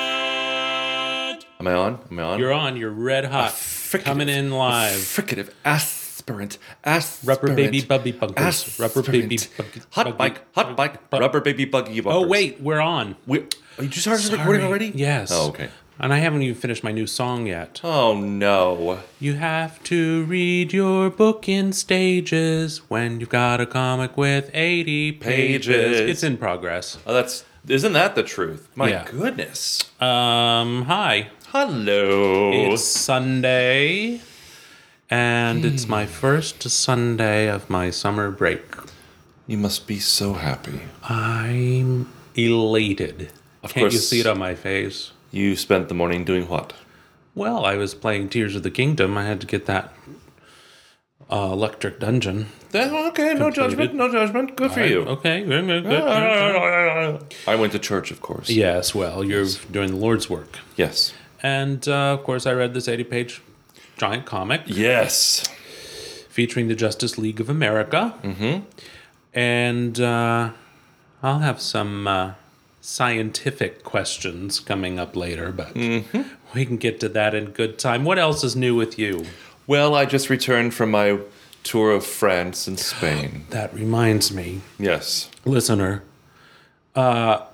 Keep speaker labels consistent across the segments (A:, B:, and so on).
A: giant.
B: Am I on? Am I on?
C: You're on, you're red hot.
B: Fricative.
C: Coming in live.
B: Fricative. Aspirant. Aspirant.
C: Rubber baby buggy bumpers. Rubber baby
B: Aspirant.
C: buggy-
B: Hot
C: buggy-
B: bike. Hot bike.
C: bu-
B: rubber baby buggy bumpers.
C: Oh, wait, we're on.
B: We, oh, you just started recording
C: Sorry.
B: already?
C: Yes.
B: Oh, okay.
C: And I haven't even finished my new song yet.
B: Oh, no.
C: You have to read your book in stages when you've got a comic with 80 pages.
B: Pages.
C: It's in progress.
B: Oh, that's. Isn't that the truth? My
C: Yeah.
B: goodness.
C: Um, hi.
B: Hello.
C: It's Sunday, and it's my first Sunday of my summer break.
B: you must be so happy.
C: I'm elated.
B: Of
C: Can't you
B: course.
C: see it on my face?
B: You spent the morning doing what?
C: Well, I was playing Tears of the Kingdom. I had to get that uh, Electric Dungeon.
B: That, okay, no judgment. No judgment. Good for you.
C: Okay, good, good, good, good.
B: I went to church, of course.
C: Yes, well, you're doing the Lord's work.
B: Yes.
C: And uh, of course, I read this 80 page giant comic
B: Yes.
C: featuring the Justice League of America. Mm-hmm. And uh, I'll have some uh, scientific questions coming up later, but we can get to that in good time. What else is new with you?
B: Well, I just returned from my tour of France and Spain.
C: That reminds me,
B: yes.
C: listener, uh,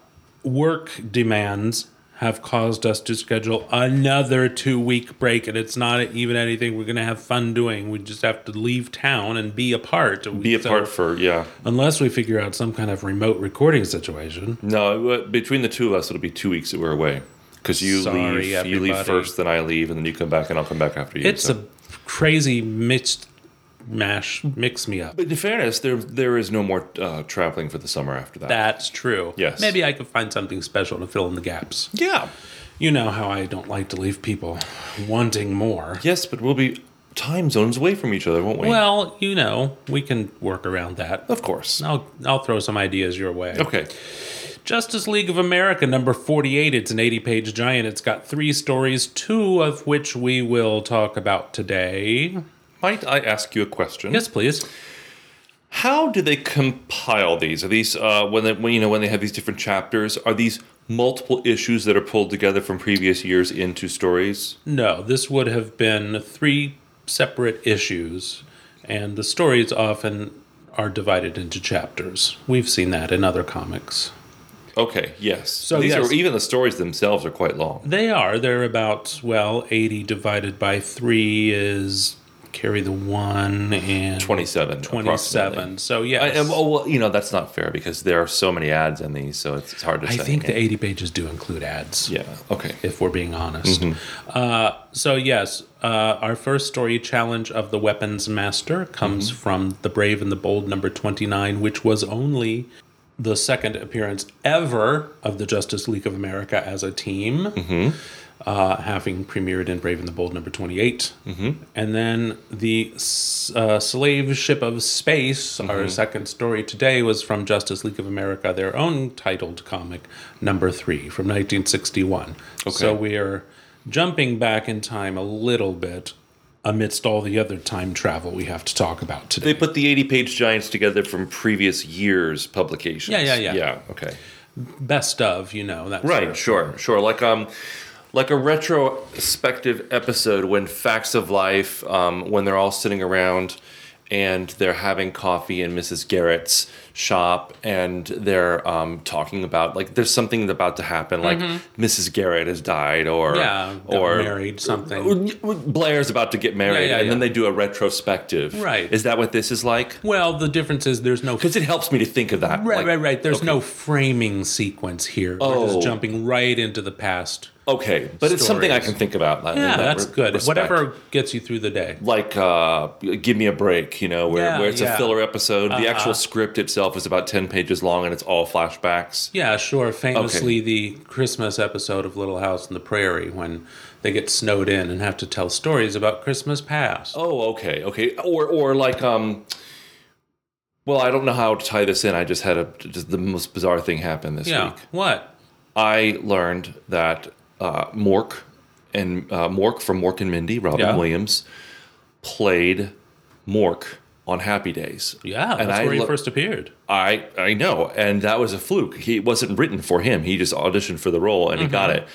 C: work demands have caused us to schedule another two week break, and it's not even anything we're going to have fun doing. We just have to leave town and be apart.
B: Be
C: So-
B: apart for, yeah.
C: unless we figure out some kind of remote recording situation.
B: No, it wa- between the two of us, it'll be two weeks that we're away. Because you
C: Sorry,
B: leave, you
C: everybody.
B: leave first, then I leave, and then you come back, and I'll come back after you.
C: It's
B: so.
C: a crazy mixed mash, mix me up.
B: But in fairness, there there is no more uh, traveling for the summer after that.
C: That's true.
B: Yes.
C: Maybe I could find something special to fill in the gaps.
B: Yeah.
C: You know how I don't like to leave people wanting more.
B: Yes, but we'll be time zones away from each other, won't we?
C: Well, you know, we can work around that.
B: of course.
C: I'll, I'll throw some ideas your way.
B: Okay.
C: Justice League of America, number 48. It's an 80 page giant. It's got three stories, two of which we will talk about today.
B: Might I ask you a question?
C: Yes, please.
B: How do they compile these? Are these uh, when, they, when you know when they have these different chapters? Are these multiple issues that are pulled together from previous years into stories?
C: No, this would have been three separate issues, and the stories often are divided into chapters. We've seen that in other comics.
B: Okay. Yes. So these
C: yes.
B: are even the stories themselves are quite long.
C: They are. They're about, well, 80 divided by 3 is carry the 1 and
B: 27,
C: 27.
B: approximately.
C: So, yeah.
B: I, and, oh, well, you know that's not fair because there are so many ads in these, so it's, it's hard to
C: I
B: say.
C: think the 80 pages do include ads.
B: Yeah. Mm-hmm. Okay.
C: If we're being honest. Uh, so, yes, uh, our first story, Challenge of the Weapons Master, comes
B: Mm-hmm.
C: from The Brave and the Bold number 29, which was only the second appearance ever of the Justice League of America as a team, uh, having premiered in Brave and the Bold number 28. And then the s- uh, Slave Ship of Space, our second story today, was from Justice League of America, their own titled comic, number three from 1961. So we are jumping back in time a little bit amidst all the other time travel we have to talk about today.
B: They put the 80 page giants together from previous years' publications.
C: Yeah, yeah, yeah.
B: Yeah, okay.
C: Best of, you know, that sort
B: Right,
C: of-
B: sure, sure. Like um like a retrospective episode when Facts of Life, um, when they're all sitting around and they're having coffee in Mrs. Garrett's shop and they're um, talking about like there's something about to happen, like Mrs. Garrett has died or
C: Mm-hmm. Yeah, got
B: or
C: married something.
B: Blair's about to get married,
C: yeah,
B: and then
C: yeah.
B: they do a retrospective.
C: Right.
B: Is that what this is like?
C: Well, the difference is there's no
B: Because it helps me to think of that.
C: Right,
B: like-
C: right, right. There's no framing sequence here. We're
B: Oh.
C: just jumping right into the past.
B: Okay, but it's something I
C: Stories.
B: can think about. like, in
C: Yeah,
B: that
C: that's
B: re-
C: good.
B: respect.
C: Whatever gets you through the day.
B: Like, uh, give me a break, you know, where,
C: Yeah,
B: where it's
C: yeah. Uh-huh.
B: a filler episode. The actual script itself is about 10 pages long and it's all flashbacks.
C: Yeah, sure. Famously, the Christmas episode of Little House on the Prairie when they get snowed in and have to tell stories about Christmas past.
B: Oh, okay, okay. Or, or like, um, well, I don't know how to tie this in. I just had a, just the most bizarre thing happen this
C: yeah.
B: week.
C: What?
B: I learned that uh, Mork and uh, Mork from Mork and Mindy, Robin
C: Yeah.
B: Williams, played Mork on Happy Days.
C: Yeah,
B: and
C: that's
B: I
C: where he
B: lo-
C: first appeared.
B: I I know, and that was a fluke. He it wasn't written for him. He just auditioned for the role and he got
C: Mm-hmm.
B: it.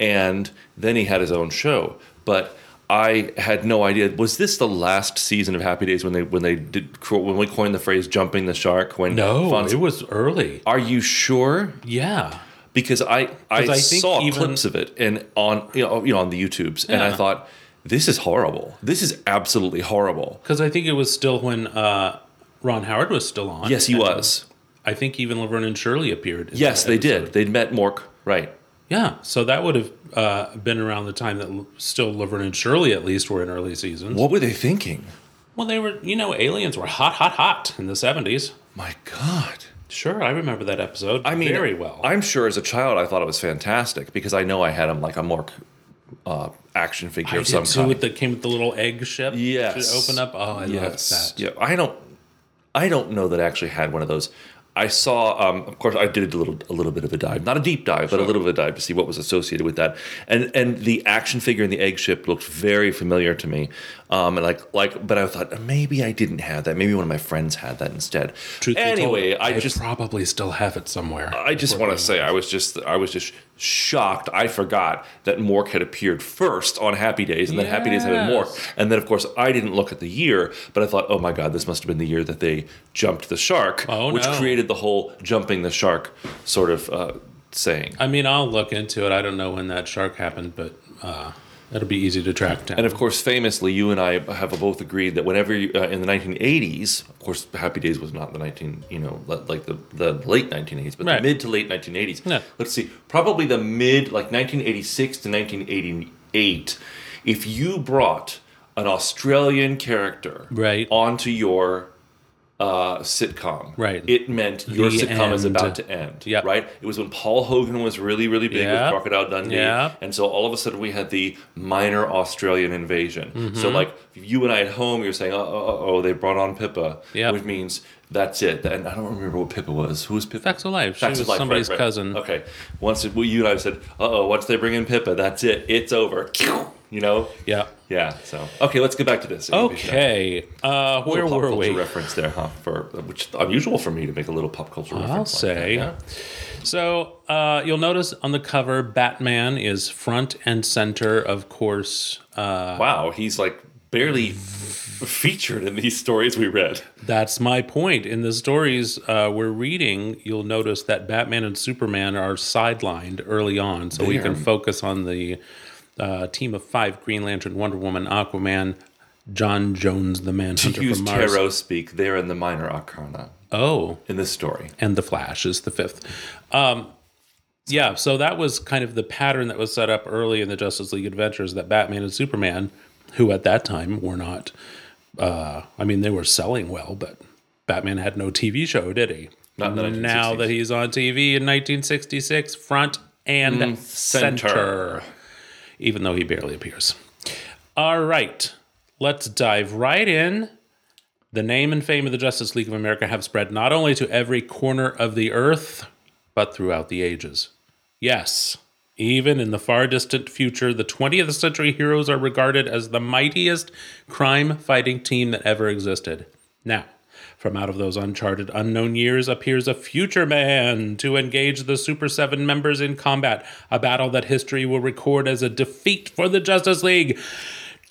B: And then he had his own show. But I had no idea. Was this the last season of Happy Days when they when they did cro- when we coined the phrase "jumping the shark"? When
C: No,
B: Fonz-
C: it was early.
B: Are you sure?
C: Yeah.
B: Because I I,
C: I think
B: saw
C: even-
B: clips of it and on you know, you know on the YouTubes and I
C: Yeah.
B: thought this is horrible. This is absolutely horrible.
C: Because I think it was still when uh, Ron Howard was still on.
B: Yes, he
C: And
B: was.
C: I think even Laverne and Shirley appeared. in
B: Yes,
C: that
B: they
C: episode.
B: did. They'd met Mork. Right.
C: Yeah, so that would have uh, been around the time that L- still Laverne and Shirley, at least, were in early seasons.
B: What were they thinking?
C: Well, they were, you know, aliens were hot, hot, hot in the 70s.
B: My God.
C: Sure, I remember that episode
B: I mean,
C: very well.
B: I'm sure as a child I thought it was fantastic because I know I had him like a Mork uh, action figure
C: I
B: of
C: did
B: some
C: too,
B: kind.
C: with the came with the little egg ship.
B: yes,
C: to open up. Oh, I loved that.
B: Yeah, I don't, I don't know that I actually had one of those. I saw, um, of course, I did a little, a little bit of a dive, not a deep dive, but a little bit of a dive to see what was associated with that. And and the action figure in the egg ship looked very familiar to me, um, and like like, but I thought maybe I didn't have that. Maybe one of my friends had that instead.
C: Truth be told,
B: anyway, I just
C: probably still have it somewhere.
B: I just want to say I was just I was just shocked. I forgot that Mork had appeared first on Happy Days, and then Happy Days had been Mork,
C: Yes.
B: and then of course I didn't look at the year, but I thought, oh my God, this must have been the year that they jumped the shark,
C: Oh,
B: which
C: no.
B: created the whole jumping the shark sort of uh, saying.
C: I mean, I'll look into it. I don't know when that shark happened, but uh, it'll be easy to track down.
B: And of course, famously, you and I have both agreed that whenever you, uh, in the 1980s, of course, Happy Days was not the 19, you know, li- like the, the late 1980s, but
C: Right.
B: the mid to late 1980s.
C: Yeah.
B: Let's see, probably the mid, like 1986 to 1988, if you brought an Australian character
C: Right.
B: onto your uh, sitcom.
C: Right.
B: It meant your
C: The
B: sitcom is
C: end.
B: about to end.
C: Yep.
B: Right. It was when Paul Hogan was really, really big
C: Yeah.
B: with Crocodile Dundee.
C: Yeah.
B: And so all of a sudden we had the minor Australian invasion. So
C: Mm-hmm.
B: like you and I at home, you're saying, oh, oh, oh, oh, they brought on Pippa,
C: Yep.
B: which means that's it. And I don't remember what Pippa was. Who was Pippa?
C: Facts of Life. She
B: Facts
C: was
B: of Life, right,
C: somebody's
B: right.
C: cousin.
B: Okay. Once it, well, you and I said, uh oh, once they bring in Pippa, that's it. It's over. You know?
C: Yeah.
B: Yeah. So okay, let's get back to this.
C: Okay. Uh, where
B: Little pop
C: were
B: culture
C: we?
B: Reference there, huh? For uh, which is unusual for me to make a little pop culture. reference
C: I'll
B: like
C: say.
B: that,
C: So uh, you'll notice on the cover, Batman is front and center. Of course, uh,
B: yeah. Wow, he's like barely f- featured in these stories we read.
C: that's my point. In the stories uh, we're reading, you'll notice that Batman and Superman are sidelined early on, so we can
B: Damn.
C: focus on the uh, team of five: Green Lantern, Wonder Woman, Aquaman, John Jones, the
B: To
C: Manhunter
B: use
C: from Mars.
B: tarot speak, they're in the minor arcana
C: Oh,
B: in this story.
C: and the Flash is the fifth. Um, yeah, so that was kind of the pattern that was set up early in the Justice League Adventures that Batman and Superman, who at that time were not, uh, I mean, they were selling well, but Batman had no TV show, did he?
B: Not in the 1960s.
C: now that he's on TV in 1966, front and
B: center.
C: center, even though he barely appears. All right, let's dive right in. The name and fame of the Justice League of America have spread not only to every corner of the earth, but throughout the ages. Yes, even in the far distant future, the 20th century heroes are regarded as the mightiest crime fighting team that ever existed. Now, from out of those uncharted, unknown years appears a future man to engage the Super 7 members in combat, a battle that history will record as a defeat for the Justice League.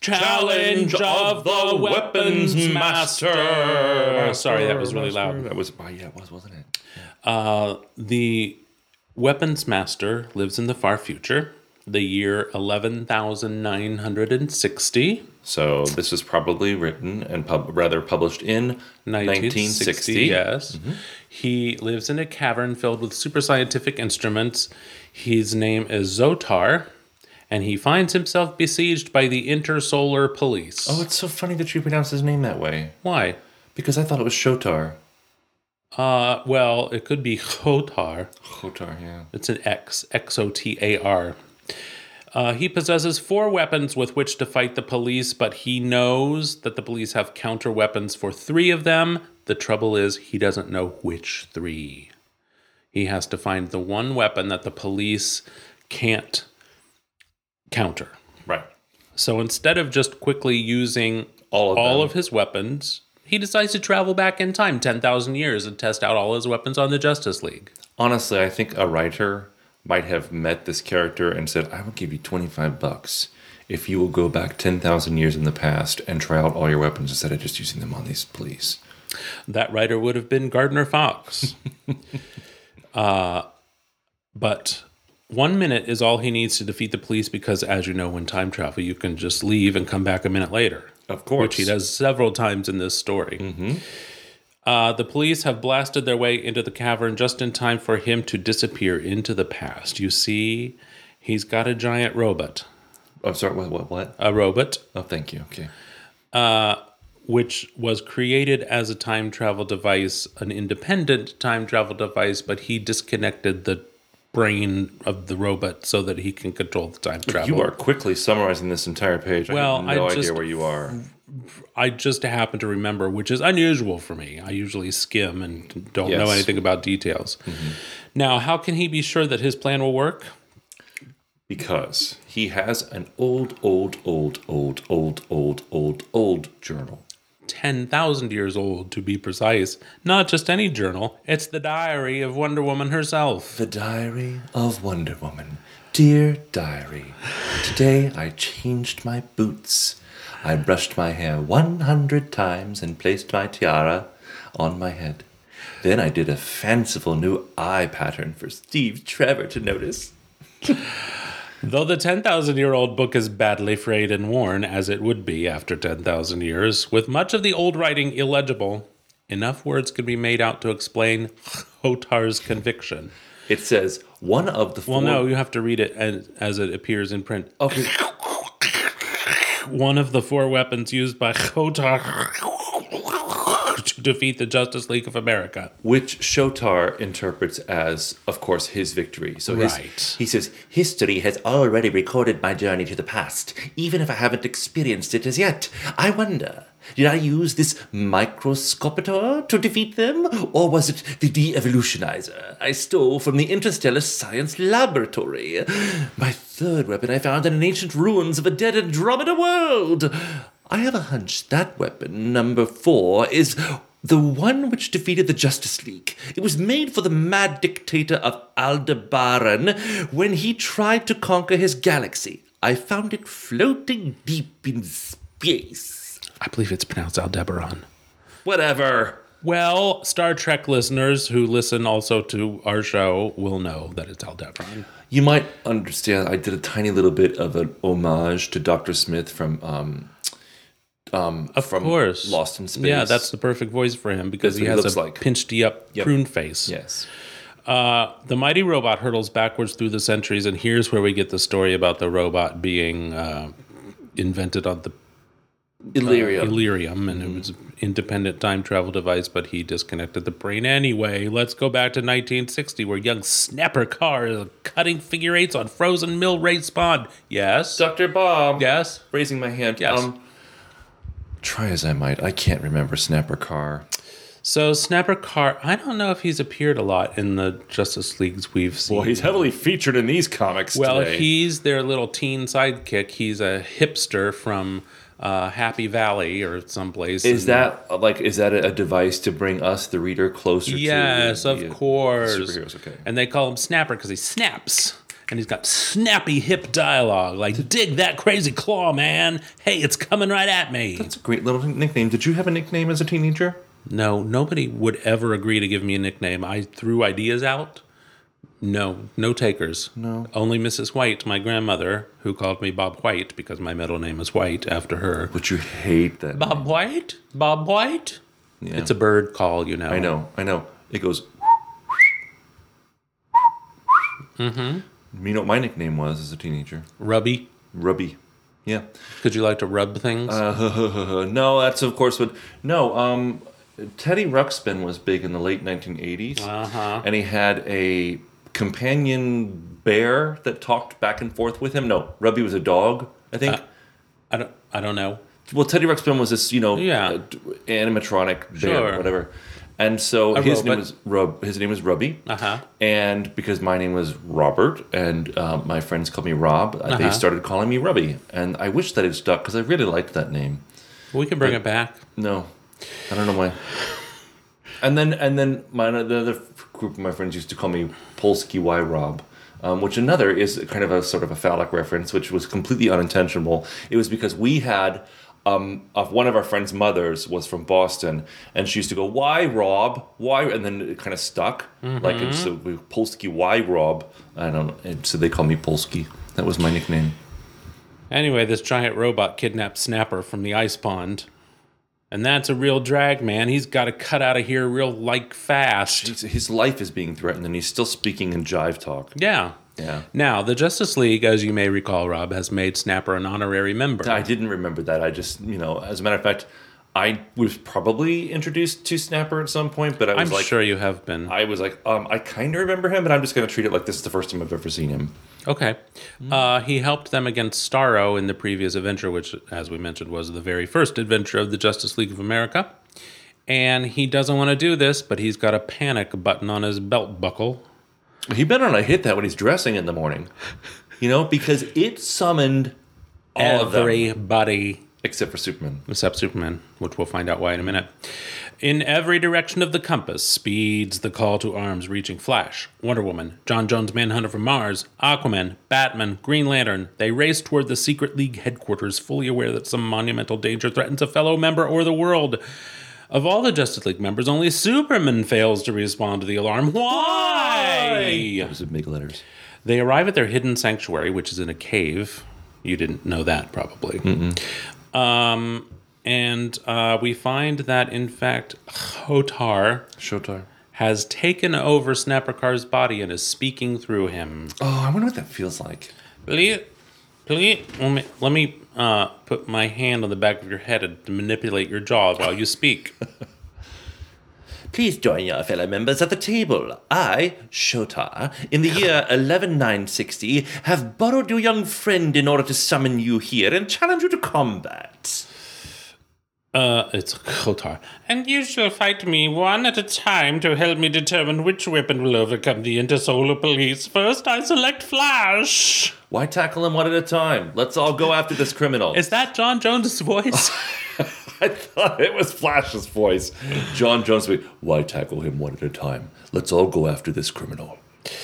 C: Challenge of the Weapons Master. Sorry, that Oh, was really loud.
B: That was, oh, yeah, it was, wasn't it?
C: Uh, The Weapons Master lives in the far future, the year 11,960.
B: So this was probably written and pub- rather published in 1960.
C: Yes.
B: Mm-hmm.
C: He lives in a cavern filled with super scientific instruments. His name is Zotar, and he finds himself besieged by the Intersolar Police.
B: Oh, it's so funny that you pronounce his name that way
C: why?
B: because I thought it was Shotar.
C: Uh, well, it could be Khotar.
B: Shotar, yeah.
C: It's an X, X O T A R. Uh, he possesses four weapons with which to fight the police, but he knows that the police have counter weapons for three of them. The trouble is, he doesn't know which three. He has to find the one weapon that the police can't counter.
B: Right.
C: So instead of just quickly using
B: All of
C: all
B: them.
C: of his weapons, he decides to travel back in time 10,000 years and test out all his weapons on the Justice League.
B: Honestly, I think a writer might have met this character and said, I will give you 25 bucks if you will go back 10,000 years in the past and try out all your weapons instead of just using them on these police.
C: that writer would have been Gardner Fox. uh, but one minute is all he needs to defeat the police because, as you know, when time travel, you can just leave and come back a minute later.
B: Of course. Mm-hmm.
C: Which he does several times in this story. Uh, the police have blasted their way into the cavern just in time for him to disappear into the past. You see, he's got a giant robot.
B: I'm sorry, what? What? what?
C: A robot
B: Oh, thank you. Okay.
C: which was created as a time travel device, an independent time travel device, but he disconnected the brain of the robot so that he can control the time travel.
B: You are quickly summarizing this entire page. I
C: Well,
B: have no
C: I
B: idea
C: just-
B: where you are.
C: I just happen to remember, which is unusual for me. I usually skim and don't know
B: Yes. Mm-hmm.
C: anything about details. Now, how can he be sure that his plan will work?
B: Because he has an old, old, old, old, old, old, old, old journal.
C: 10,000 years old, to be precise. Not just any journal, it's the diary of Wonder Woman herself.
B: The Diary of Wonder Woman. Dear Diary, today I changed my boots. I brushed my hair 100 times and placed my tiara on my head. Then I did a fanciful new eye pattern for Steve Trevor to notice.
C: Though the 10,000 year old book is badly frayed and worn, as it would be after 10,000 years, with much of the old writing illegible, enough words can be made out to explain Hotar's conviction.
B: It says one of the four.
C: Well, no, you have to read it as, as it appears in print.
B: Okay.
C: One of the four weapons used by Hotar to to defeat the Justice League of America.
D: which Shotar interprets as, of course, his victory. So his-
C: Right.
D: he says, History has already recorded my journey to the past, even if I haven't experienced it as yet. I wonder, did I use this microscopator to defeat them, or was it the de evolutionizer I stole from the Interstellar Science Laboratory? My third weapon I found in an ancient ruins of a dead Andromeda world. I have a hunch that weapon, number four, is the one which defeated the Justice League. It was made for the mad dictator of Aldebaran when he tried to conquer his galaxy. I found it floating deep in space.
C: I believe it's pronounced Aldebaran.
D: Whatever.
C: Well, Star Trek listeners who listen also to our show will know that it's Aldebaran.
D: You might understand. I did a tiny little bit of an homage to Doctor Smith from um, um,
C: Of
D: from
C: course.
D: Lost in Space.
C: Yeah, that's the perfect voice for him because
D: That's
C: he
D: what he
C: has
D: looks
C: a
D: like.
C: pinched-y up
D: Yep.
C: prune face.
D: yes.
C: Uh, the mighty robot hurtles backwards through the centuries, and here's where we get the story about the robot being uh, invented on the uh,
D: Illyria.
C: Illyrium, and it was an independent time travel device, but he disconnected the brain anyway. Let's go back to 1960, where young Snapper Carr is cutting figure eights on frozen mill race pond. Yes.
D: Doctor Bob.
C: yes.
D: Raising my hand. Um,
C: Yes.
D: try as I might, I can't remember Snapper Carr.
C: So Snapper Carr, I don't know if he's appeared a lot in the Justice Leagues we've seen.
D: Well, he's heavily featured in these comics.
C: Well,
D: today.
C: he's their little teen sidekick. He's a hipster from uh, Happy Valley or someplace.
D: is
C: And-
D: that uh, like is that a a device to bring us the reader closer?
C: Yes,
D: to
C: of
D: the, uh,
C: course.
D: Superheroes, okay.
C: And they call him Snapper because he snaps. And he's got snappy hip dialogue, like "Dig that crazy claw, man! Hey, it's coming right at me."
D: That's a great little nickname. Did you have a nickname as a teenager?
C: No, nobody would ever agree to give me a nickname. I threw ideas out. No, no takers. No. Only Mrs. White, my grandmother, who called me Bob White because my middle name is White after her.
D: Would you hate that?
C: Bob White? Bob White?
D: Yeah.
C: It's a bird call, you know.
D: I know. I know. It goes. Mm-hmm. You know what my nickname was as a teenager?
C: Rubby.
D: Rubby. Yeah.
C: Could you like to rub things?
D: Uh, no, that's of course what. No, um, Teddy Ruxpin was big in the late 1980s, uh-huh. and he had a companion bear that talked back and forth with him. No, Rubby was a dog, I think.
C: I don't I don't know.
D: well, Teddy Ruxpin was this, you know,
C: Yeah.
D: uh, d- animatronic bear,
C: Sure.
D: or whatever. And so
C: A
D: his
C: robot.
D: name was Rub. His name was Rubby.
C: Uh-huh.
D: And because my name was Robert, and uh, my friends called me Rob, uh they
C: Uh-huh.
D: started calling me Rubby. And I wish that it stuck because I really liked that name.
C: We can bring it back.
D: No, I don't know why. And then and then my the other group of my friends used to call me Polsky Y Rob, um, which another is kind of a sort of a phallic reference, which was completely unintentional. It was because we had. Um, of one of our friends' mothers was from Boston, and she used to go, "Why Rob? Why?" And then it kind of stuck, like and so we, Polsky. Why Rob? I don't. know. And so they call me Polsky. That was my nickname.
C: Anyway, this giant robot kidnaps Snapper from the ice pond. And that's a real drag, man. He's got to cut out of here real like fast.
D: His- His life is being threatened, and he's still speaking in jive talk.
C: Yeah.
D: Yeah.
C: Now, the Justice League, as you may recall, Rob, has made Snapper an honorary member.
D: I didn't remember that. I just, you know, as a matter of fact, I was probably introduced to Snapper at some point, but I was
C: I'm
D: like,
C: sure you have been.
D: I was like, um, I kind of remember him, but I'm just going to treat it like this is the first time I've ever seen him.
C: Okay.
D: Hmm.
C: Uh, he helped them against Starro in the previous adventure, which, as we mentioned, was the very first adventure of the Justice League of America. And he doesn't want to do this, but he's got a panic button on his belt buckle.
D: He better not hit that when he's dressing in the morning, you know, because it summoned all of them
C: Everybody
D: except for Superman.
C: except Superman, which we'll find out why in a minute. In every direction of the compass speeds the call to arms reaching Flash, Wonder Woman, John Jones' Manhunter from Mars, Aquaman, Batman, Green Lantern. They race toward the Secret League headquarters, fully aware that some monumental danger threatens a fellow member or the world. Of all the Justice League members, only Superman fails to respond to the alarm. Why?
D: Those are big letters.
C: They arrive at their hidden sanctuary, which is in a cave. You didn't know that, probably. Um, and uh, we find that, in fact, Hotar
D: Showtime.
C: has taken over Snapper Car's body and is speaking through him.
D: Oh, I wonder what that feels like.
C: Please, please, let me, let me uh, put my hand on the back of your head and manipulate your jaw while you speak.
D: Please join your fellow members at the table. I, Shotar, in the year 11960, have borrowed your young friend in order to summon you here and challenge you to combat.
C: Uh, it's Kotar. And you shall fight me one at a time to help me determine which weapon will overcome the intersolar police. First, I select Flash.
D: Why tackle him one at a time? Let's all go after this criminal.
C: Is that John Jones' voice?
D: I thought it was Flash's voice. John Jones would why tackle him one at a time? Let's all go after this criminal.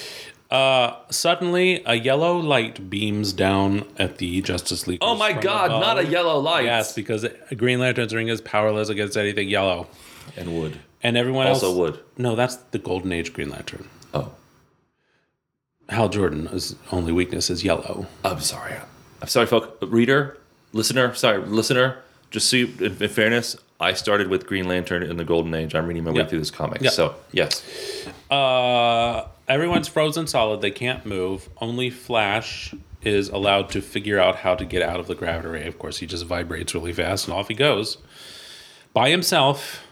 C: Suddenly, a yellow light beams down at the Justice League.
D: Oh my god, not a yellow light.
C: Yes, because Green Lantern's ring is powerless against anything yellow.
D: And wood.
C: And everyone
D: Also
C: else.
D: wood.
C: No, that's the Golden Age Green Lantern.
D: Oh.
C: Hal Jordan's only weakness is yellow.
D: I'm sorry. I'm sorry, folk. Reader, listener, sorry, listener. Just so you, in, in fairness, I started with Green Lantern in the Golden Age. I'm reading my
C: Yeah.
D: way through this comic.
C: Yeah.
D: So, yes.
C: Uh, everyone's frozen solid. They can't move. Only Flash is allowed to figure out how to get out of the gravity ray. Of course, he just vibrates really fast and off he goes by himself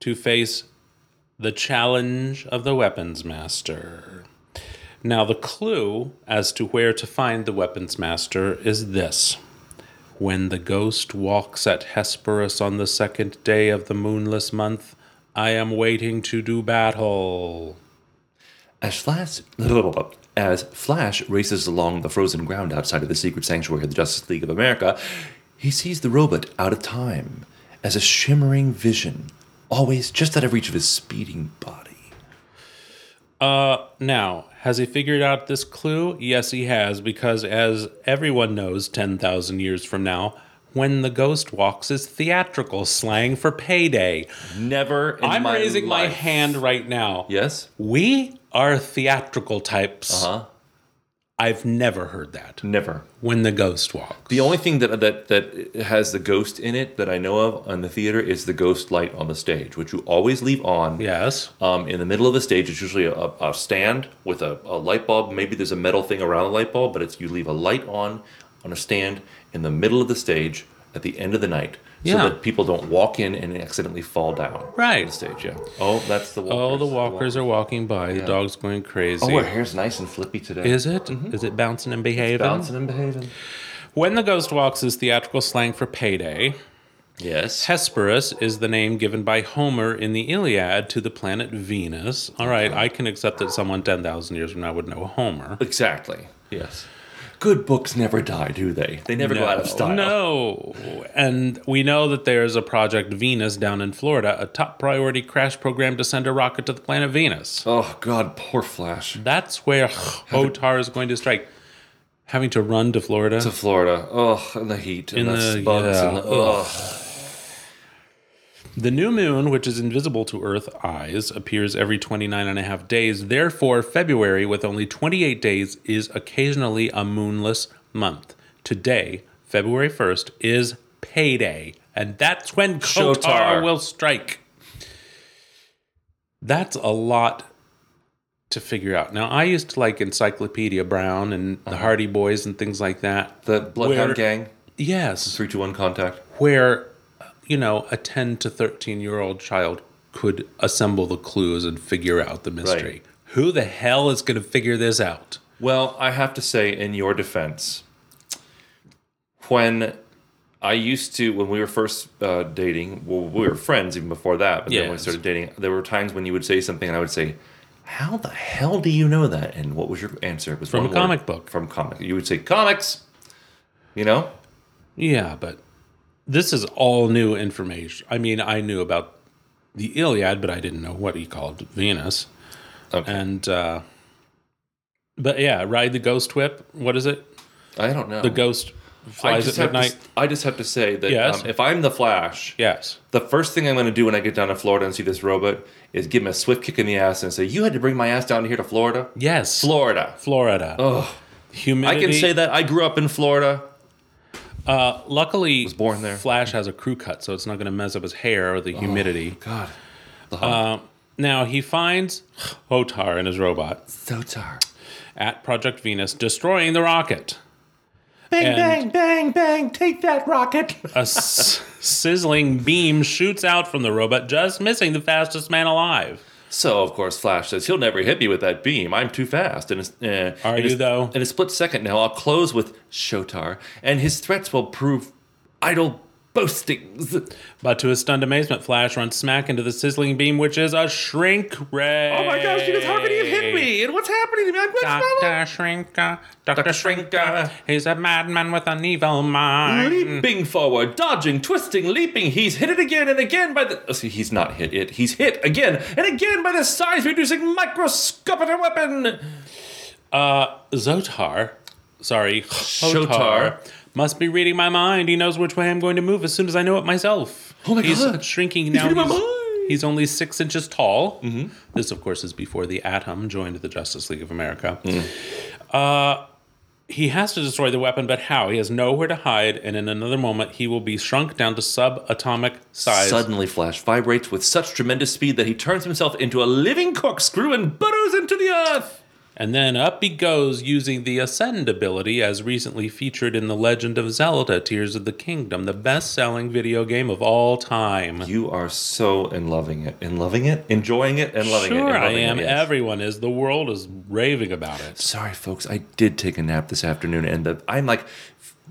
C: to face the challenge of the weapons master. Now, the clue as to where to find the weapons master is this. When the ghost walks at Hesperus on the second day of the moonless month, I am waiting to do battle.
D: As Flash, as Flash races along the frozen ground outside of the secret sanctuary of the Justice League of America, he sees the robot out of time as a shimmering vision, always just out of reach of his speeding body.
C: Uh, now, has he figured out this clue? Yes, he has, because as everyone knows 10,000 years from now, when the ghost walks is theatrical slang for payday.
D: Never. In
C: I'm
D: my
C: raising my
D: life.
C: hand right now.
D: Yes.
C: We are theatrical types.
D: Huh?
C: I've never heard that.
D: Never.
C: When the ghost walks.
D: The only thing that that that has the ghost in it that I know of on the theater is the ghost light on the stage, which you always leave on.
C: yes.
D: Um, in the middle of the stage, it's usually a, a stand with a, a light bulb. Maybe there's a metal thing around the light bulb, but it's you leave a light on on a stand in the middle of the stage at the end of the night,
C: Yeah.
D: so that people don't walk in and accidentally fall down.
C: Right.
D: on the stage. Yeah. Oh, that's the walkers.
C: Oh, the walkers are walking by. The dog's going crazy.
D: Oh, her hair's nice and flippy today.
C: Is it? Is it bouncing and behaving?
D: bouncing and behaving?
C: When the ghost walks is theatrical slang for payday.
D: Yes.
C: Hesperus is the name given by Homer in the Iliad to the planet Venus. All right, I can accept that someone 10,000 years from now would know Homer.
D: Exactly. Yes. Good books never die, do they? They never go out of style.
C: No. And we know that there's a Project Venus down in Florida, a top priority crash program to send a rocket to the planet Venus.
D: Oh God, poor Flash.
C: That's where Hotar is going to strike. Having to run to Florida.
D: To Florida. Oh, and the heat and
C: In
D: the,
C: the-
D: bugs
C: yeah.
D: and the ugh.
C: The new moon, which is invisible to Earth eyes, appears every 29 and a half days. Therefore, February, with only 28 days, is occasionally a moonless month. Today, February 1st, is payday, and that's when Kotar
D: Shotar.
C: will strike. That's a lot to figure out. Now, I used to like Encyclopedia Brown and the Hardy Boys and things like that.
D: Uh-huh. The Bloodhound
C: Where-
D: Gang.
C: Yes
D: Three two one contact.
C: where you know a 10 to 13 year old child could assemble the clues and figure out the mystery
D: Right.
C: who the hell is going to figure this out
D: Well, I have to say, in your defense, when I used to, when we were first uh, dating, well, we were friends even before that, but then when we
C: Yes.
D: started dating, there were times when you would say something and I would say, How the hell do you know that? And what was your answer? It was
C: From
D: one
C: a comic
D: word.
C: book.
D: From comic. You would say, Comics! You know?
C: yeah but this is all new information i mean i knew about the iliad but i didn't know what he called venus
D: Okay.
C: and uh but yeah ride the ghost whip what is it
D: I don't know.
C: the ghost
D: Oh. I
C: flies
D: just,
C: at
D: have to,
C: midnight
D: s- I just have to say that
C: Yes.
D: um, if I'm the Flash,
C: yes
D: the first thing I'm going to do when I get down to Florida and see this robot is give him a swift kick in the ass and say, You had to bring my ass down here to Florida?
C: yes
D: Florida.
C: florida
D: Ugh. I
C: humidity
D: can say that I grew up in Florida.
C: Uh, luckily, was
D: born there. Oh,
C: Flash has a crew cut, so it's not going to mess up his hair or the humidity. Uh,
D: God.
C: Now he finds Otar and his robot
D: So tar.
C: at Project Venus destroying the rocket.
D: Bang,
C: and
D: bang, bang, bang, take that rocket.
C: a s- sizzling beam shoots out from the robot, just missing the fastest man alive.
D: So, of course, Flash says, He'll never hit me with that beam. I'm too fast. And it's, eh,
C: Are
D: in
C: you,
D: a-
C: though?
D: In a split second now, I'll close with Shotar, and his threats will prove idle boastings.
C: But to his stunned amazement, Flash runs smack into the sizzling beam, which is a shrink ray.
D: Oh my gosh, you guys, how can you hit me? And what's happening to me? I'm
C: Dr. Shrinker, Dr. Shrinker,
D: Shrinker.
C: he's a madman with an evil mind.
D: Leaping forward, dodging, twisting, leaping. He's hit it again and again by the. oh, See, he's not hit it. He's hit again and again by the size reducing microscopic weapon.
C: Uh, Zotar, sorry, Hotar,
D: Shotar.
C: must be reading my mind. He knows which way I'm going to move as soon as I know it myself.
D: Oh my
C: he's
D: God.
C: shrinking
D: He's
C: now.
D: reading my
C: He's,
D: mind. Mm-hmm.
C: he's only six inches tall. This, of course, is before the Atom joined the Justice League of America.
D: Mm.
C: Uh, he has to destroy the weapon, but how? He has nowhere to hide, and in another moment, he will be shrunk down to subatomic size.
D: Suddenly, Flash vibrates with such tremendous speed that he turns himself into a living corkscrew and burrows into the earth.
C: And then up he goes using the Ascend ability, as recently featured in The Legend of Zelda Tears of the Kingdom, the best selling video game of all time.
D: You are so in loving it, in loving it, enjoying it, and loving it.
C: sure,
D: and
C: I
D: loving
C: am.
D: It, yes.
C: Everyone is. The world is raving about it.
D: Sorry, folks, I did take a nap this afternoon, and the, I'm like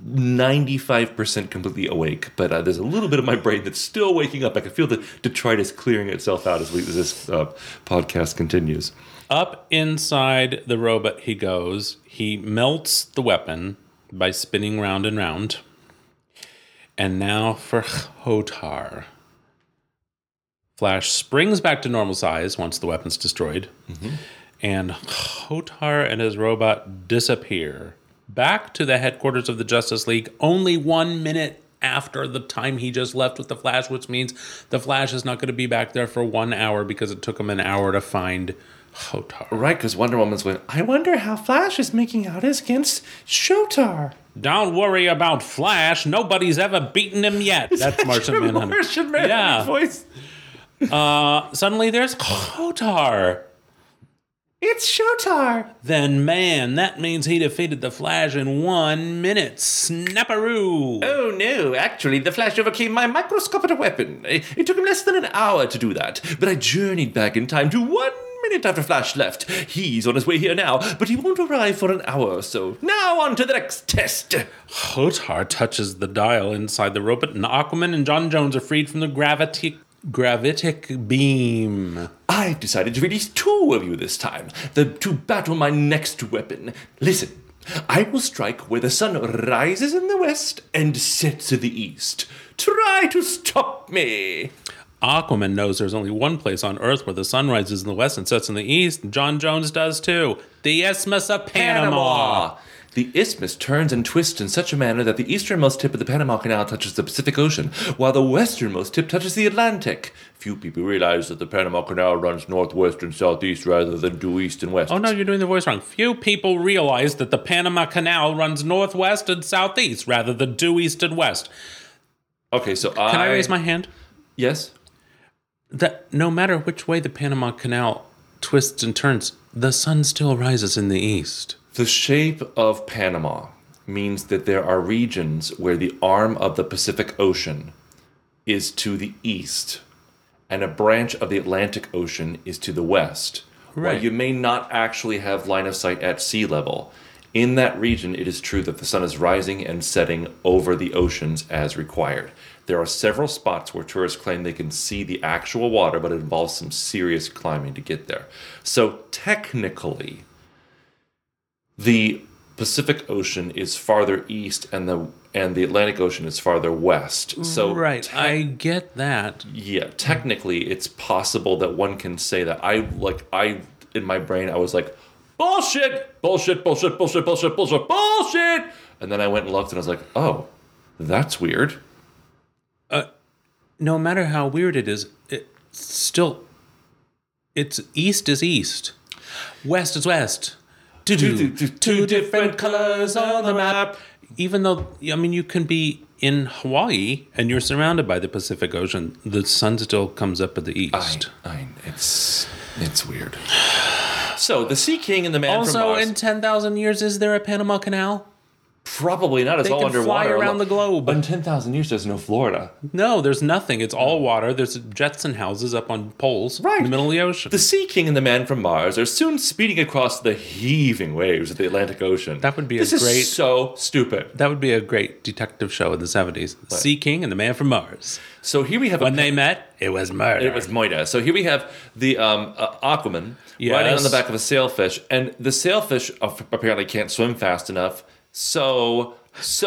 D: 95% completely awake, but uh, there's a little bit of my brain that's still waking up. I can feel the detritus clearing itself out as, we, as this uh, podcast continues.
C: Up inside the robot he goes. He melts the weapon by spinning round and round. And now for Hotar. Flash springs back to normal size once the weapon's destroyed. And Hotar and his robot disappear back to the headquarters of the Justice League only one minute after the time he just left with the Flash, which means the Flash is not going to be back there for one hour because it took him an hour to find Hotar.
D: Right, because Wonder Woman's went, I wonder how Flash is making out against Shotar.
C: Don't worry about Flash. Nobody's ever beaten him yet. That's Martian Manhunter.
D: Martian Manhunter
C: Yeah.
D: voice.
C: Suddenly there's Kotar.
D: It's Shotar.
C: Then, man, that means he defeated the Flash in one minute. Snapperoo.
D: Oh no, actually, the Flash overcame my microscopic weapon. It it took him less than an hour to do that, but I journeyed back in time to one minute after Flash left. He's on his way here now, but he won't arrive for an hour or so. Now on to the next test.
C: Kotar touches the dial inside the robot, and Aquaman and John Jones are freed from the gravity. Gravitic beam.
D: I've decided to release two of you this time, the, to battle my next weapon. Listen, I will strike where the sun rises in the west and sets in the east. Try to stop me.
C: Aquaman knows there's only one place on Earth where the sun rises in the west and sets in the east. and John Jones does too. The Isthmus of Panama.
D: The isthmus turns and twists in such a manner that the easternmost tip of the Panama Canal touches the Pacific Ocean, while the westernmost tip touches the Atlantic. Few people realize that the Panama Canal runs northwest and southeast rather than due east and west.
C: Oh no, you're doing the voice wrong. Few people realize that the Panama Canal runs northwest and southeast rather than due east and west.
D: Okay, so I
C: Can I, raise my hand?
D: yes.
C: That no matter which way the Panama Canal twists and turns, the sun still rises in the east.
D: The shape of Panama means that there are regions where the arm of the Pacific Ocean is to the east and a branch of the Atlantic Ocean is to the west. While
C: Right.
D: you may not actually have line of sight at sea level, in that region it is true that the sun is rising and setting over the oceans as required. There are several spots where tourists claim they can see the actual water, but it involves some serious climbing to get there. So technically, the Pacific Ocean is farther east and the and the Atlantic Ocean is farther west. So
C: right, I get that.
D: yeah, technically it's possible that one can say that. I like I in my brain I was like bullshit, bullshit, bullshit, bullshit, bullshit, bullshit, bullshit. And then I went and looked and I was like, "Oh, that's weird."
C: No matter how weird it is, it's still it's east is east. West is west. Two, two different colors on the map. even though I mean you can be in Hawaii and you're surrounded by the Pacific Ocean, the sun still comes up at the
D: I,
C: east.
D: I, it's it's weird. So, the Sea King and the man from
C: also,
D: Mars.
C: in ten thousand years, is there a Panama Canal?
D: Probably not. It's
E: They
D: all
E: can fly
D: underwater.
E: around the globe.
D: In ten thousand years, there's no Florida.
C: No, there's nothing. It's all water. There's Jetson houses up on poles in the
D: Mm. Right.
C: middle of the ocean.
D: The Sea King and the Man from Mars are soon speeding across the heaving waves of the Atlantic Ocean.
C: That would be a
D: this
C: great-
D: Is so stupid.
C: that would be a great detective show in the 70s. Sea King and the Man from Mars.
D: So here we have
C: When
D: a
C: they met, it was murder.
D: It was Moida. So here we have the um, uh, Aquaman riding
C: Yes.
D: on the back of a sailfish, and the sailfish af- apparently can't swim fast enough. So,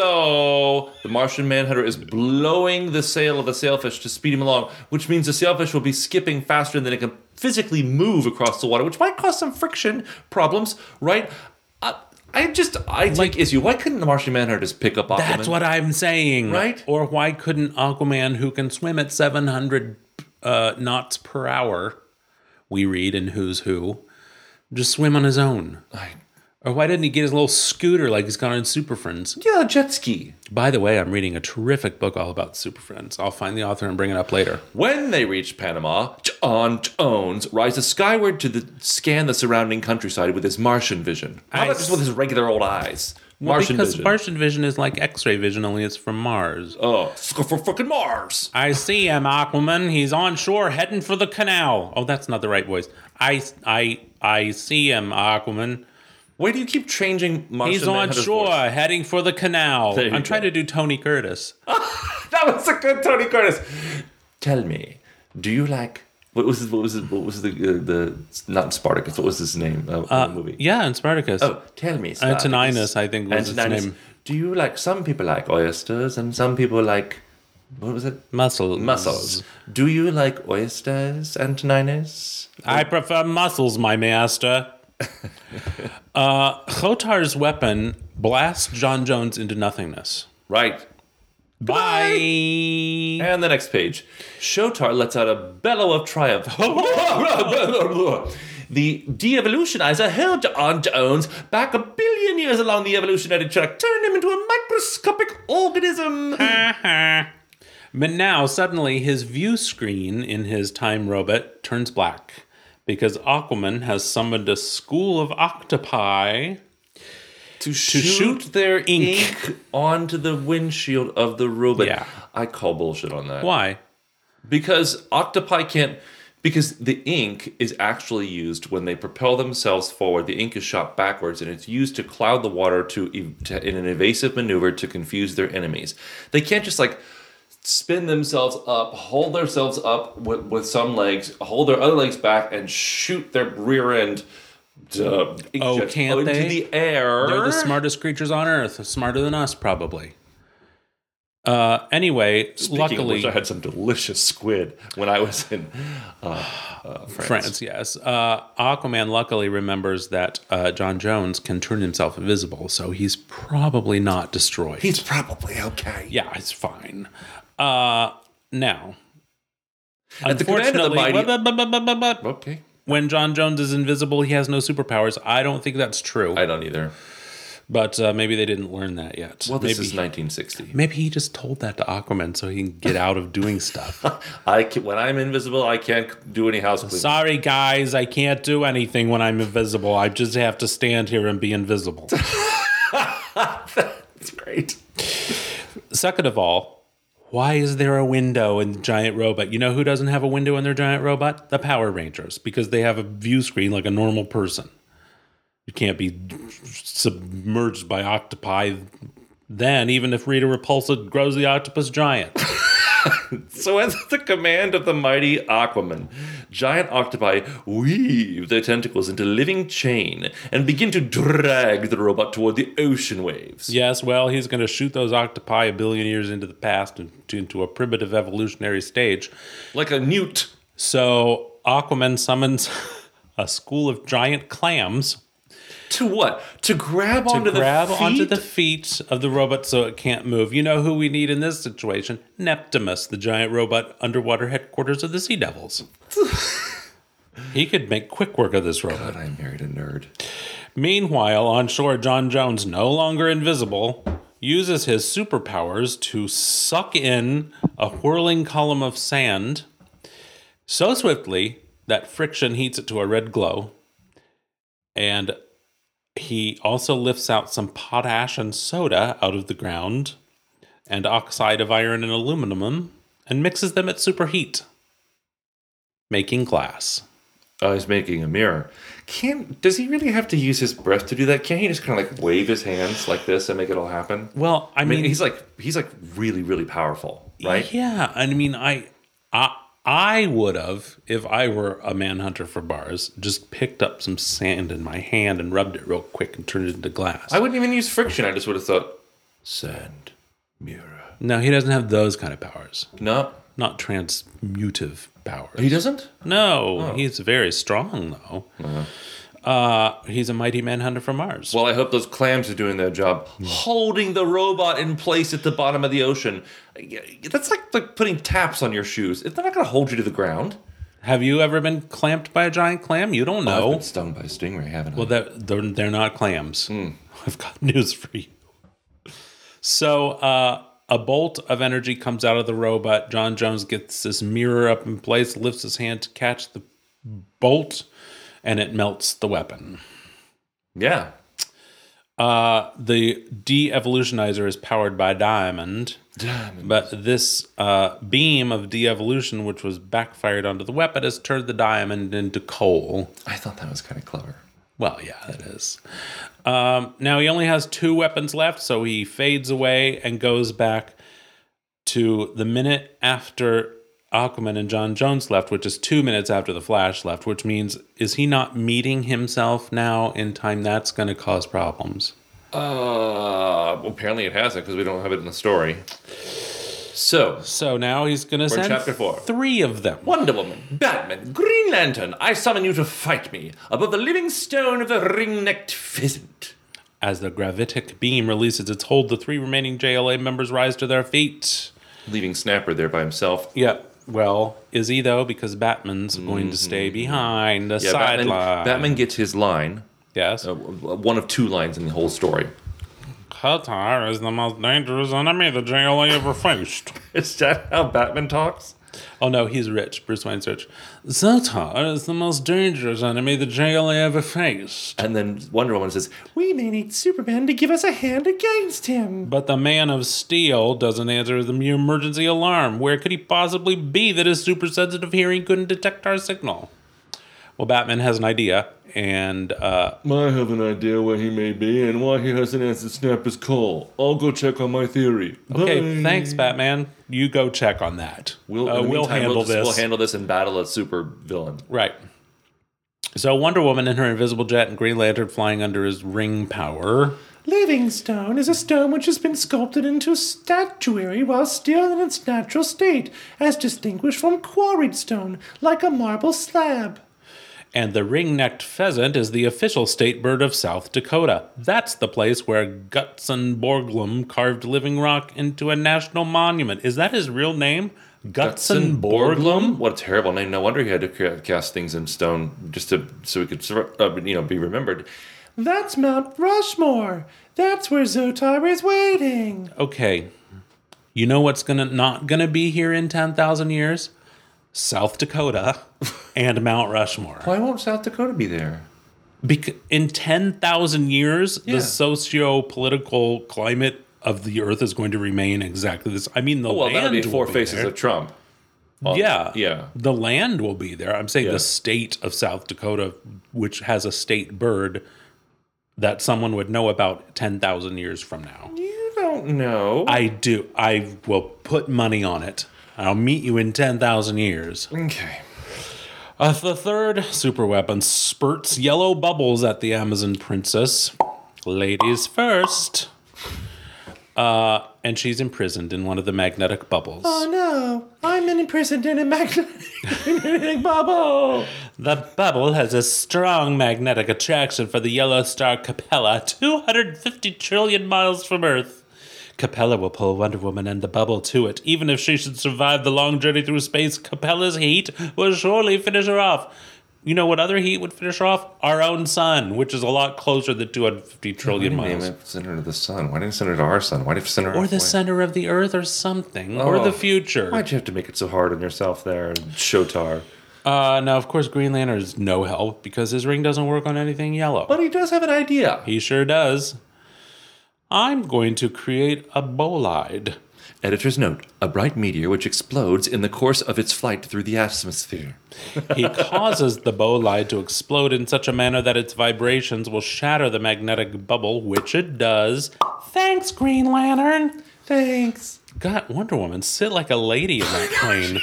D: so the Martian Manhunter is blowing the sail of the sailfish to speed him along, which means the sailfish will be skipping faster than it can physically move across the water, which might cause some friction problems, right? I, I just, I like, issue. Why couldn't the Martian Manhunter just pick up Aquaman?
C: That's what I'm saying.
D: Right?
C: Or why couldn't Aquaman, who can swim at 700 uh, knots per hour, we read in Who's Who, just swim on his own? Or why didn't he get his little scooter like he's got in Super Friends?
D: yeah, jet ski.
C: By the way, I'm reading a terrific book all about Super Friends. I'll find the author and bring it up later.
D: When they reach Panama, John Jones rises skyward to the, scan the surrounding countryside with his Martian vision. How about
C: Nice.
D: just with his regular old eyes?
C: Well,
D: Martian
C: because
D: vision.
C: Martian vision is like X-ray vision, only it's from Mars.
D: oh, sc- for fucking Mars.
C: I see him, Aquaman. He's on shore, heading for the canal. Oh, that's not the right voice. I, I, I see him, Aquaman.
D: Why do you keep changing Martian?
C: He's on
D: Manhunter's
C: shore,
D: voice?
C: heading for the canal.
D: There you
C: I'm
D: go.
C: trying to do Tony Curtis.
D: That was a good Tony Curtis. Tell me, do you like what was his, what was his, what was the uh, the not Spartacus? What was his name uh, in the movie?
C: Yeah, and Spartacus.
D: Oh, tell me, Spartacus.
C: Antoninus, I think was his
D: Antoninus.
C: name.
D: Do you like some people like oysters and some people like what was it?
C: Muscles.
D: Mussels. Do you like oysters, Antoninus?
C: I prefer muscles, my master. uh, Chotar's weapon blasts John Jones into nothingness.
D: Right.
C: Bye.
D: And the next page. Shotar lets out a bellow of triumph. the de-evolutionizer held on Jones back a billion years along the evolutionary track, turned him into a microscopic organism.
C: Uh-huh. But now, suddenly, his view screen in his time robot turns black because Aquaman has summoned a school of octopi.
D: to
C: shoot their ink.
D: onto the windshield of the robot.
C: Yeah.
D: I call bullshit on that.
C: Why?
D: Because octopi can't. Because the ink is actually used when they propel themselves forward. The ink is shot backwards, and it's used to cloud the water to, ev- to in an evasive maneuver to confuse their enemies. They can't just like spin themselves up, hold themselves up with, with some legs, hold their other legs back, and shoot their rear end. Uh, ink
C: Oh,
D: jets
C: can't
D: into
C: they?
D: the air.
C: They're the smartest creatures on Earth, smarter than us, probably. Uh, anyway,
D: Speaking of
C: luckily,
D: which, I had some delicious squid when I was in uh,
C: France. yes. Uh, Aquaman luckily remembers that uh, John Jones can turn himself invisible, so he's probably not destroyed.
D: He's probably okay.
C: yeah, it's fine. Uh, now,
D: At the command of the mighty-
C: Blah, blah, blah, blah, blah, blah, blah.
D: Okay.
C: when John Jones is invisible, he has no superpowers. I don't think that's true,
D: I don't either.
C: but uh, maybe they didn't learn that yet.
D: Well, this
C: maybe,
D: is 1960.
C: maybe he just told that to Aquaman so he can get out of doing stuff.
D: I can, when I'm invisible, I can't do any house cleaning.
C: Sorry, guys, I can't do anything when I'm invisible. I just have to stand here and be invisible.
D: That's great.
C: Second of all, why is there a window in Giant Robot? You know who doesn't have a window in their Giant Robot? The Power Rangers, because they have a view screen like a normal person. You can't be submerged by octopi then, even if Rita Repulsa grows the octopus giant.
D: So, at the command of the mighty Aquaman, giant octopi weave their tentacles into living chain and begin to drag the robot toward the ocean waves.
C: yes, well, he's going to shoot those octopi a billion years into the past and into a primitive evolutionary stage.
D: Like a newt.
C: So Aquaman summons a school of giant clams
D: To what? To grab
C: to
D: onto
C: grab
D: the feet?
C: onto the feet of the robot so it can't move. You know who we need in this situation? Neptimus, the giant robot underwater headquarters of the Sea Devils. he could make quick work of this robot.
D: But I married a nerd.
C: Meanwhile, on shore, John Jones, no longer invisible, uses his superpowers to suck in a whirling column of sand so swiftly that friction heats it to a red glow. And He also lifts out some potash and soda out of the ground and oxide of iron and aluminum and mixes them at superheat, making glass.
D: Oh, he's making a mirror. Can does he really have to use his breath to do that? Can't he just kind of like wave his hands like this and make it all happen?
C: Well, I
D: I mean,
C: mean,
D: he's like he's like really really powerful, right?
C: Yeah, I mean, I, I, I would have if I were a manhunter for bars, just picked up some sand in my hand and rubbed it real quick and turned it into glass.
D: I wouldn't even use friction. I just would have thought sand mirror.
C: no, he doesn't have those kind of powers.
D: No,
C: Not transmutive powers.
D: he Oh. doesn't.
C: No, he's very strong though. Uh, he's a mighty manhunter from Mars.
D: Uh-huh. Well, I hope those clams are doing their job,
C: Hmm.
D: holding the robot in place at the bottom of the ocean. Yeah, That's like like putting taps on your shoes. It's not going to hold you to the ground.
C: have you ever been clamped by a giant clam? You don't
D: Oh, I've
C: know.
D: been stung by a stingray, haven't I?
C: Well, that they're, they're not clams. I've got news for you. So, uh, a bolt of energy comes out of the robot. John Jones gets this mirror up in place, lifts his hand to catch the bolt, and it melts the weapon.
D: yeah.
C: Uh, the de evolutionizer is powered by diamond. But this uh, beam of de evolution, which was backfired onto the weapon, has turned the diamond into coal.
D: I thought that was kind of clever.
C: Well, yeah, it is. Um, now he only has two weapons left, so he fades away and goes back to the minute after Aquaman and John Jones left, which is two minutes after the Flash left, which means is he not meeting himself now in time? That's going to cause problems.
D: Uh, well, apparently it hasn't because we don't have it in the story. So,
C: So now he's going to
D: in
C: send
D: chapter four.
C: three of them.
D: Wonder Woman, Batman, Green Lantern, I summon you to fight me above the living stone of the ring necked pheasant.
C: As the gravitic beam releases its hold, the three remaining JLA members rise to their feet.
D: Leaving Snapper there by himself.
C: Yeah. Well, is he though? Because Batman's going to stay behind the
D: Mm-hmm. Yeah, Batman,
C: sideline.
D: Batman gets his line,
C: Yes.
D: uh, one of two lines in the whole story.
C: Qatar is the most dangerous enemy the JLA ever faced.
D: Is that how Batman talks?
C: oh no, he's rich. Bruce Wayne's rich. Zotar is the most dangerous enemy the JLA ever faced.
D: And then Wonder Woman says, We may need Superman to give us a hand against him.
C: But the Man of Steel doesn't answer the emergency alarm. Where could he possibly be that his supersensitive hearing couldn't detect our signal? Well, Batman has an idea, and uh,
F: I have an idea where he may be and why he hasn't answered Snapper's call. I'll go check on my theory.
C: Okay,
F: Bye.
C: thanks, Batman. You go check on that.
D: We'll,
C: Uh,
D: in the
C: we'll
D: meantime,
C: handle
D: we'll just-
C: this.
D: We'll handle this and battle a super villain.
C: right. So Wonder Woman and her invisible jet and Green Lantern flying under his ring power.
D: Living stone is a stone which has been sculpted into statuary while still in its natural state, as distinguished from quarried stone, like a marble slab.
C: And the ring necked pheasant is the official state bird of South Dakota. That's the place where Gutzon Borglum carved Living Rock into a national monument. Is that his real name? Gutzon Borglum?
D: What a terrible name! No wonder he had to ca- cast things in stone just to so he could, sur- uh, you know, be remembered. That's Mount Rushmore. That's where Zotar is waiting.
C: Okay. You know what's gonna not gonna be here in ten thousand years? South Dakota and Mount Rushmore.
D: Why won't South Dakota be there?
C: Bec- in 10,000 years,
D: Yeah.
C: the socio political climate of the earth is going to remain exactly this. I mean, the
D: Oh, Well,
C: land.
D: that'll be
C: will
D: four
C: be
D: faces
C: there.
D: of Trump.
C: Yeah.
D: yeah.
C: The land will be there. I'm saying
D: Yeah.
C: the state of South Dakota, which has a state bird that someone would know about 10,000 years from now.
D: You don't know.
C: I do. I will put money on it. I'll meet you in 10,000 years.
D: okay.
C: Uh, the third superweapon spurts yellow bubbles at the Amazon princess. Ladies first. Uh, and she's imprisoned in one of the magnetic bubbles.
D: Oh, no, I'm imprisoned in a magnetic bubble.
C: The bubble has a strong magnetic attraction for the yellow star Capella, 250 trillion miles from Earth. Capella will pull Wonder Woman and the bubble to it. Even if she should survive the long journey through space, Capella's heat will surely finish her off. You know what other heat would finish her off? Our own sun, which is a lot closer than 250 trillion
D: Name
C: miles.
D: it Senator of the Sun. Why didn't Senator our Sun? Why did Senator
C: Or the
D: why-
C: center of the Earth or something. Or
D: Oh.
C: the future.
D: Why'd you have to make it so hard on yourself there, Shotar?
C: Uh, now, of course, Green Lantern is no help because his ring doesn't work on anything yellow.
B: But he does have an idea.
C: he sure does. I'm going to create a bolide.
B: Editor's note a bright meteor which explodes in the course of its flight through the atmosphere.
C: He causes the bolide to explode in such a manner that its vibrations will shatter the magnetic bubble, which it does. Thanks, Green Lantern.
B: Thanks. Oh
C: God, Wonder Woman, sit like a lady in that plane.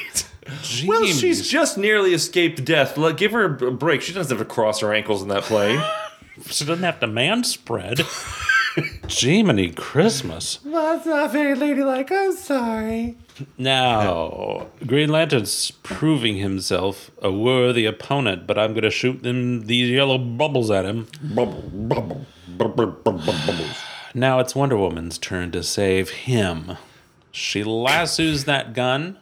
B: Well,
C: Jeez.
B: Oh, she's just nearly escaped death. Let- Give her a break. She doesn't have to cross her ankles in that plane.
C: She doesn't have to man spread. Jiminy Christmas.
B: That's not very ladylike. I'm sorry.
C: Now, Green Lantern's proving himself a worthy opponent, but I'm going to shoot them these yellow bubbles at him. Now it's Wonder Woman's turn to save him. She lassoes that gun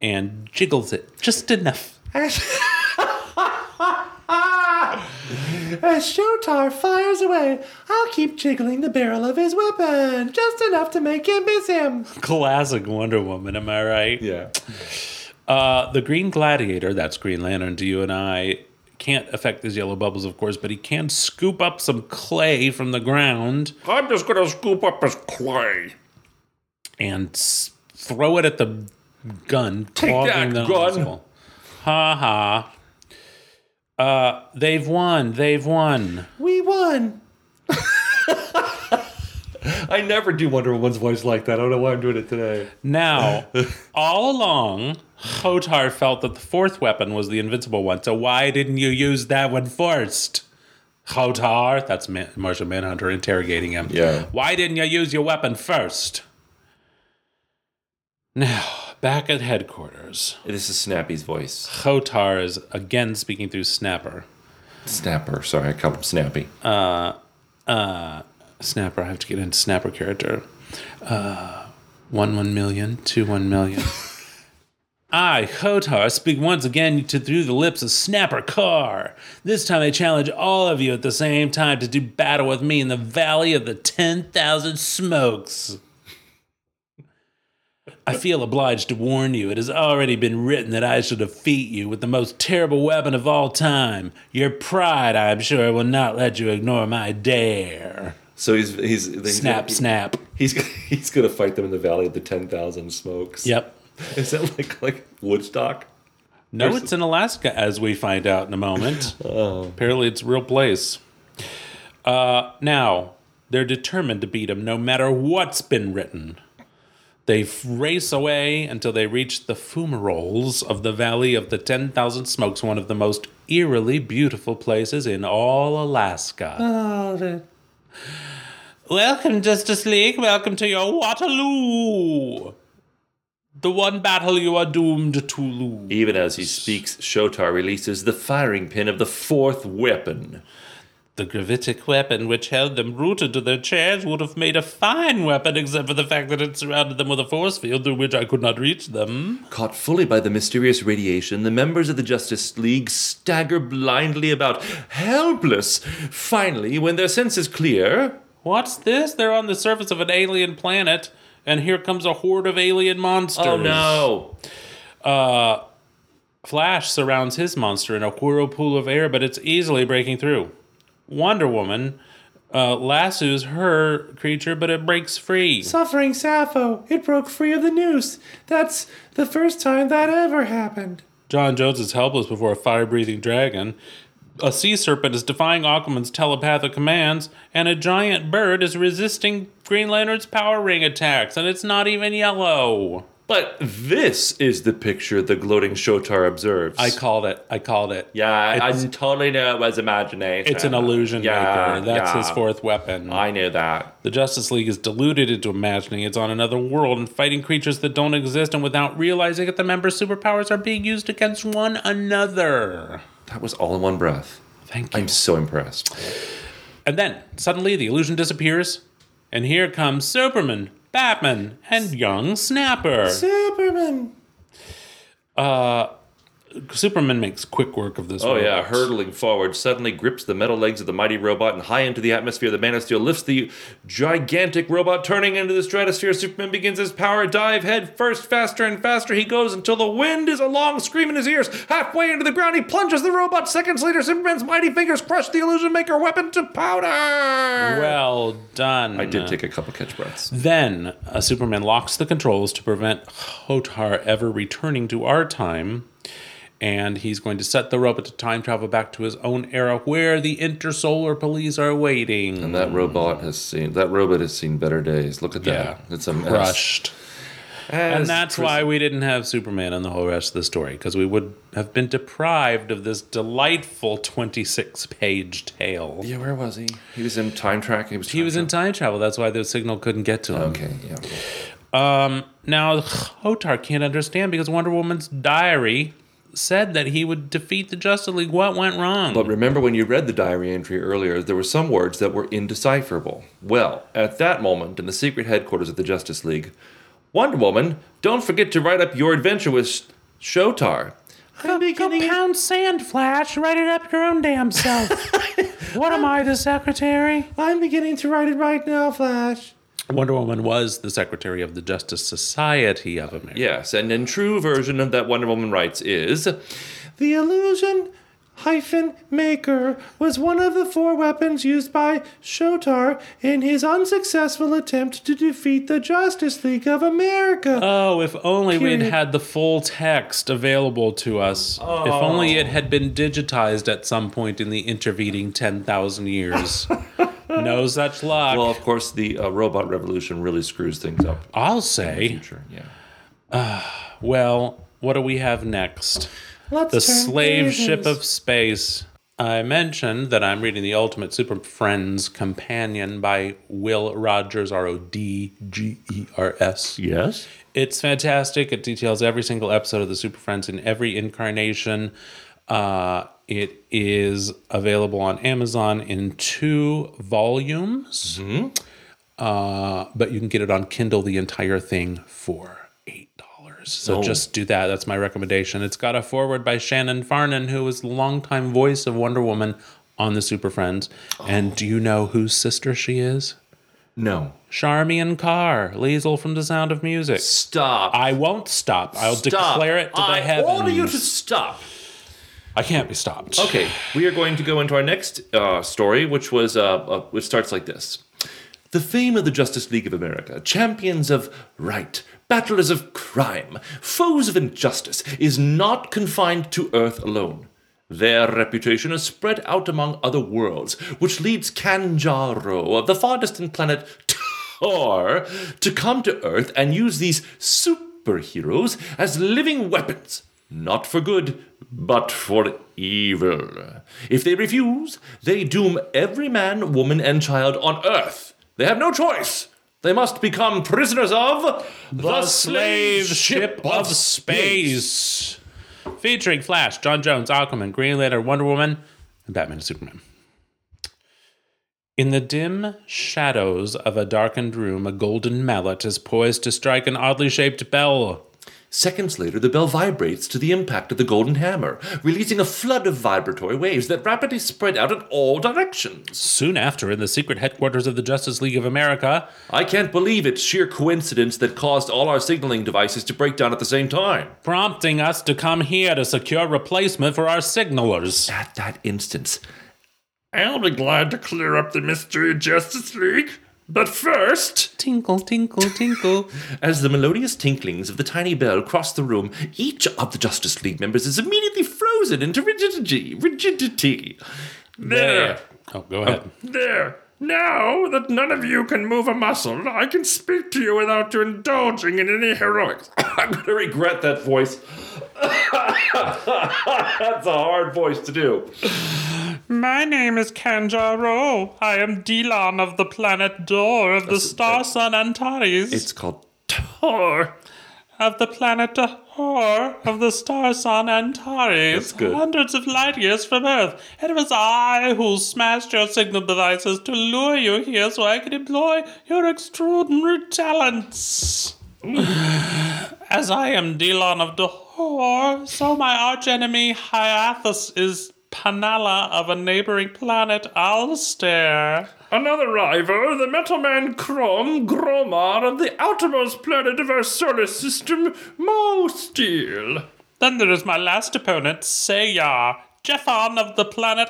C: and jiggles it just enough.
B: As Shotar fires away, I'll keep jiggling the barrel of his weapon just enough to make him miss him.
C: Classic Wonder Woman, am I right?
B: Yeah.
C: Uh, the Green Gladiator, that's Green Lantern to you and I, can't affect these yellow bubbles, of course, but he can scoop up some clay from the ground
B: I'm just gonna scoop up his clay.
C: and s- throw it at the gun.
B: Take
C: clogging
B: that,
C: the
B: gun.
C: nozzle. Ha ha. Uh, they've won. They've won.
B: We won. I never do Wonder Woman's voice like that. I don't know why I'm doing it today.
C: Now, all along, Hotar felt that the fourth weapon was the invincible one. So why didn't you use that one first? Hotar, that's Man- Martian Manhunter interrogating him.
B: Yeah.
C: Why didn't you use your weapon first? Now, back at headquarters,
B: This is Snappy's voice.
C: Hotar is again speaking through Snapper.
B: Snapper. Sorry, I called him Snappy. Uh,
C: Snapper, I have to get into Snapper character. Uh, one one million, two one million. I, Hotar, speak once again to through the lips of Snapper Carr. This time I challenge all of you at the same time to do battle with me in the Valley of the Ten Thousand Smokes. I feel obliged to warn you, it has already been written that I shall defeat you with the most terrible weapon of all time. Your pride, I am sure, will not let you ignore my dare.
B: So he's he's he's
C: Snap,
B: gonna,
C: snap.
B: He's he's gonna fight them in the Valley of the Ten Thousand Smokes.
C: Yep.
B: Is that like like Woodstock?
C: No, it's in Alaska, as we find out in a moment. Apparently, it's a real place. Uh, now, they're determined to beat him no matter what's been written. They f- race away until they reach the fumaroles of the Valley of the 10,000 Smokes, one of the most eerily beautiful places in all Alaska. Welcome, Justice League. Welcome to your Waterloo. The one battle you are doomed to lose.
B: Even as he speaks, Shotar releases the firing pin of the fourth weapon.
C: The gravitic weapon which held them rooted to their chairs would have made a fine weapon, except for the fact that it surrounded them with a force field through which I could not reach them.
B: Caught fully by the mysterious radiation, the members of the Justice League stagger blindly about, helpless. Finally, when their senses clear,
C: What's this? They're on the surface of an alien planet, and here comes a horde of alien monsters.
B: oh no!
C: Flash surrounds his monster in a whirlpool of air, but it's easily breaking through. Wonder Woman uh, lassos her creature, but it breaks free.
B: Suffering Sappho, it broke free of the noose. That's the first time that ever happened.
C: John Jones is helpless before a fire breathing dragon. A sea serpent is defying Aquaman's telepathic commands, and a giant bird is resisting Green Lantern's power ring attacks, and it's not even yellow.
B: But this is the picture the gloating Shotar observes.
C: I called it. I called it.
B: yeah, I-
C: It's-
B: I totally know it was imagination.
C: It's an illusion
B: Yeah,
C: maker. That's
B: yeah.
C: his fourth weapon.
B: I knew that.
C: the Justice League is deluded into imagining it's on another world and fighting creatures that don't exist, and without realizing it, the members' superpowers are being used against one another.
B: That was all in one breath.
C: Thank you.
B: I'm so impressed.
C: And then suddenly the illusion disappears, and here comes Superman, Batman, and young Snapper.
B: Superman.
C: Superman makes quick work of this.
B: Oh yeah,
C: robot.
B: hurtling forward, suddenly grips the metal legs of the mighty robot and high into the atmosphere. The Man of Steel lifts the gigantic robot, turning into the stratosphere. Superman begins his power dive head first, faster and faster he goes until the wind is a long scream in his ears. Halfway into the ground, he plunges the robot. Seconds later, Superman's mighty fingers crush the illusion maker weapon to powder.
C: Well done.
B: I did take a couple catch breaths.
C: Then uh, Superman locks the controls to prevent Hotar ever returning to our time. And he's going to set the robot to time travel back to his own era where the intersolar police are waiting.
B: And that robot has seen that robot has seen better days. Look at that. It's a mess.
C: Crushed. And
B: As
C: that's
B: pres-
C: why we didn't have Superman in the whole rest of the story, because we would have been deprived of this delightful 26 page tale.
B: Yeah, where was he? He was in time track. He was.
C: He was in time travel. That's why the signal couldn't get to him.
B: Okay. Yeah.
C: Now, Hotar can't understand because Wonder Woman's diary said that he would defeat the Justice League. What went wrong?
B: But remember when you read the diary entry earlier, there were some words that were indecipherable. Well, at that moment, in the secret headquarters of the Justice League, Wonder Woman, don't forget to write up your adventure with Sh- Shotar. I'm
C: Go
B: beginning.
C: pound sand, Flash. Write it up your own damn self. what am I, the secretary?
B: I'm beginning to write it right now, Flash.
C: Wonder Woman was the secretary of the Justice Society of America.
B: Yes, and in true version of that Wonder Woman writes is The illusion hyphen maker was one of the four weapons used by Shotar in his unsuccessful attempt to defeat the Justice League of America.
C: Oh, if only we'd
B: Period.
C: had the full text available to us. If only it had been digitized at some point in the intervening 10,000 years. no such luck.
B: well, of course, the uh, robot revolution really screws things up.
C: I'll say.
B: Sure, yeah.
C: Well, what do we have next? the slave ship of space. I mentioned that I'm reading The Ultimate Super Friends Companion by Will Rogers, R O D G E R S.
B: Yes.
C: It's fantastic. It details every single episode of the Super Friends in every incarnation. Uh, it is available on Amazon in two volumes, uh, but you can get it on Kindle the entire thing for eight dollars.
B: Oh.
C: So just do that. That's my recommendation. It's got a foreword by Shannon Farnan, who was the longtime voice of Wonder Woman on the Super Friends.
B: Oh.
C: And do you know whose sister she is?
B: No.
C: Charmian Carr, Liesel from The Sound of Music.
B: Stop.
C: I won't stop. I'll
B: Stop.
C: declare it to
B: I
C: the heavens.
B: order you to stop.
C: I can't be stopped.
B: Okay, we are going to go into our next uh, story, which was uh, uh, which starts like this: The fame of the Justice League of America, champions of right, battlers of crime, foes of injustice, is not confined to Earth alone. Their reputation is spread out among other worlds, which leads Kanjaro of the far distant planet Tor to come to Earth and use these superheroes as living weapons not for good, but for evil. If they refuse, they doom every man, woman, and child on earth. They have no choice. They must become prisoners of the,
C: The Slave Ship of Space. Featuring Flash, John Jones, Aquaman, Green Lantern, Wonder Woman, and Batman and Superman. In the dim shadows of a darkened room, a golden mallet is poised to strike an oddly shaped bell.
B: Seconds later, the bell vibrates to the impact of the golden hammer, releasing a flood of vibratory waves that rapidly spread out in all directions.
C: Soon after, in the secret headquarters of the Justice League of America,
B: I can't believe it's sheer coincidence that caused all our signaling devices to break down at the same time.
C: prompting us to come here to secure replacement for our signalers.
B: At that instance,
D: I'll be glad to clear up the mystery of Justice League, but first.
C: Tinkle, tinkle, tinkle.
B: As the melodious tinklings of the tiny bell cross the room, each of the Justice League members is immediately frozen into rigidity. Rigidity.
D: There,
C: oh, go ahead.
D: there. Now that none of you can move a muscle, I can speak to you without you indulging in any heroics.
B: I'm gonna regret that voice. That's a hard voice to do.
C: My name is Kanjaro. I am Dilan of the planet Dor of the star sun Antares.
B: It's called Tor.
C: of the planet Dor of the star sun Antares.
B: That's good.
C: Hundreds of light years from Earth. And it was I who smashed your signal devices to lure you here so I could employ your extraordinary talents. As I am Dilan of Dor Or so my archenemy Hyathus is Panala of a neighboring planet Alstair.
D: Another rival, the metal man Crom Gromar of the outermost planet of our solar system, Mo Steel.
C: Then there is my last opponent, Seyar, Jeffon of the planet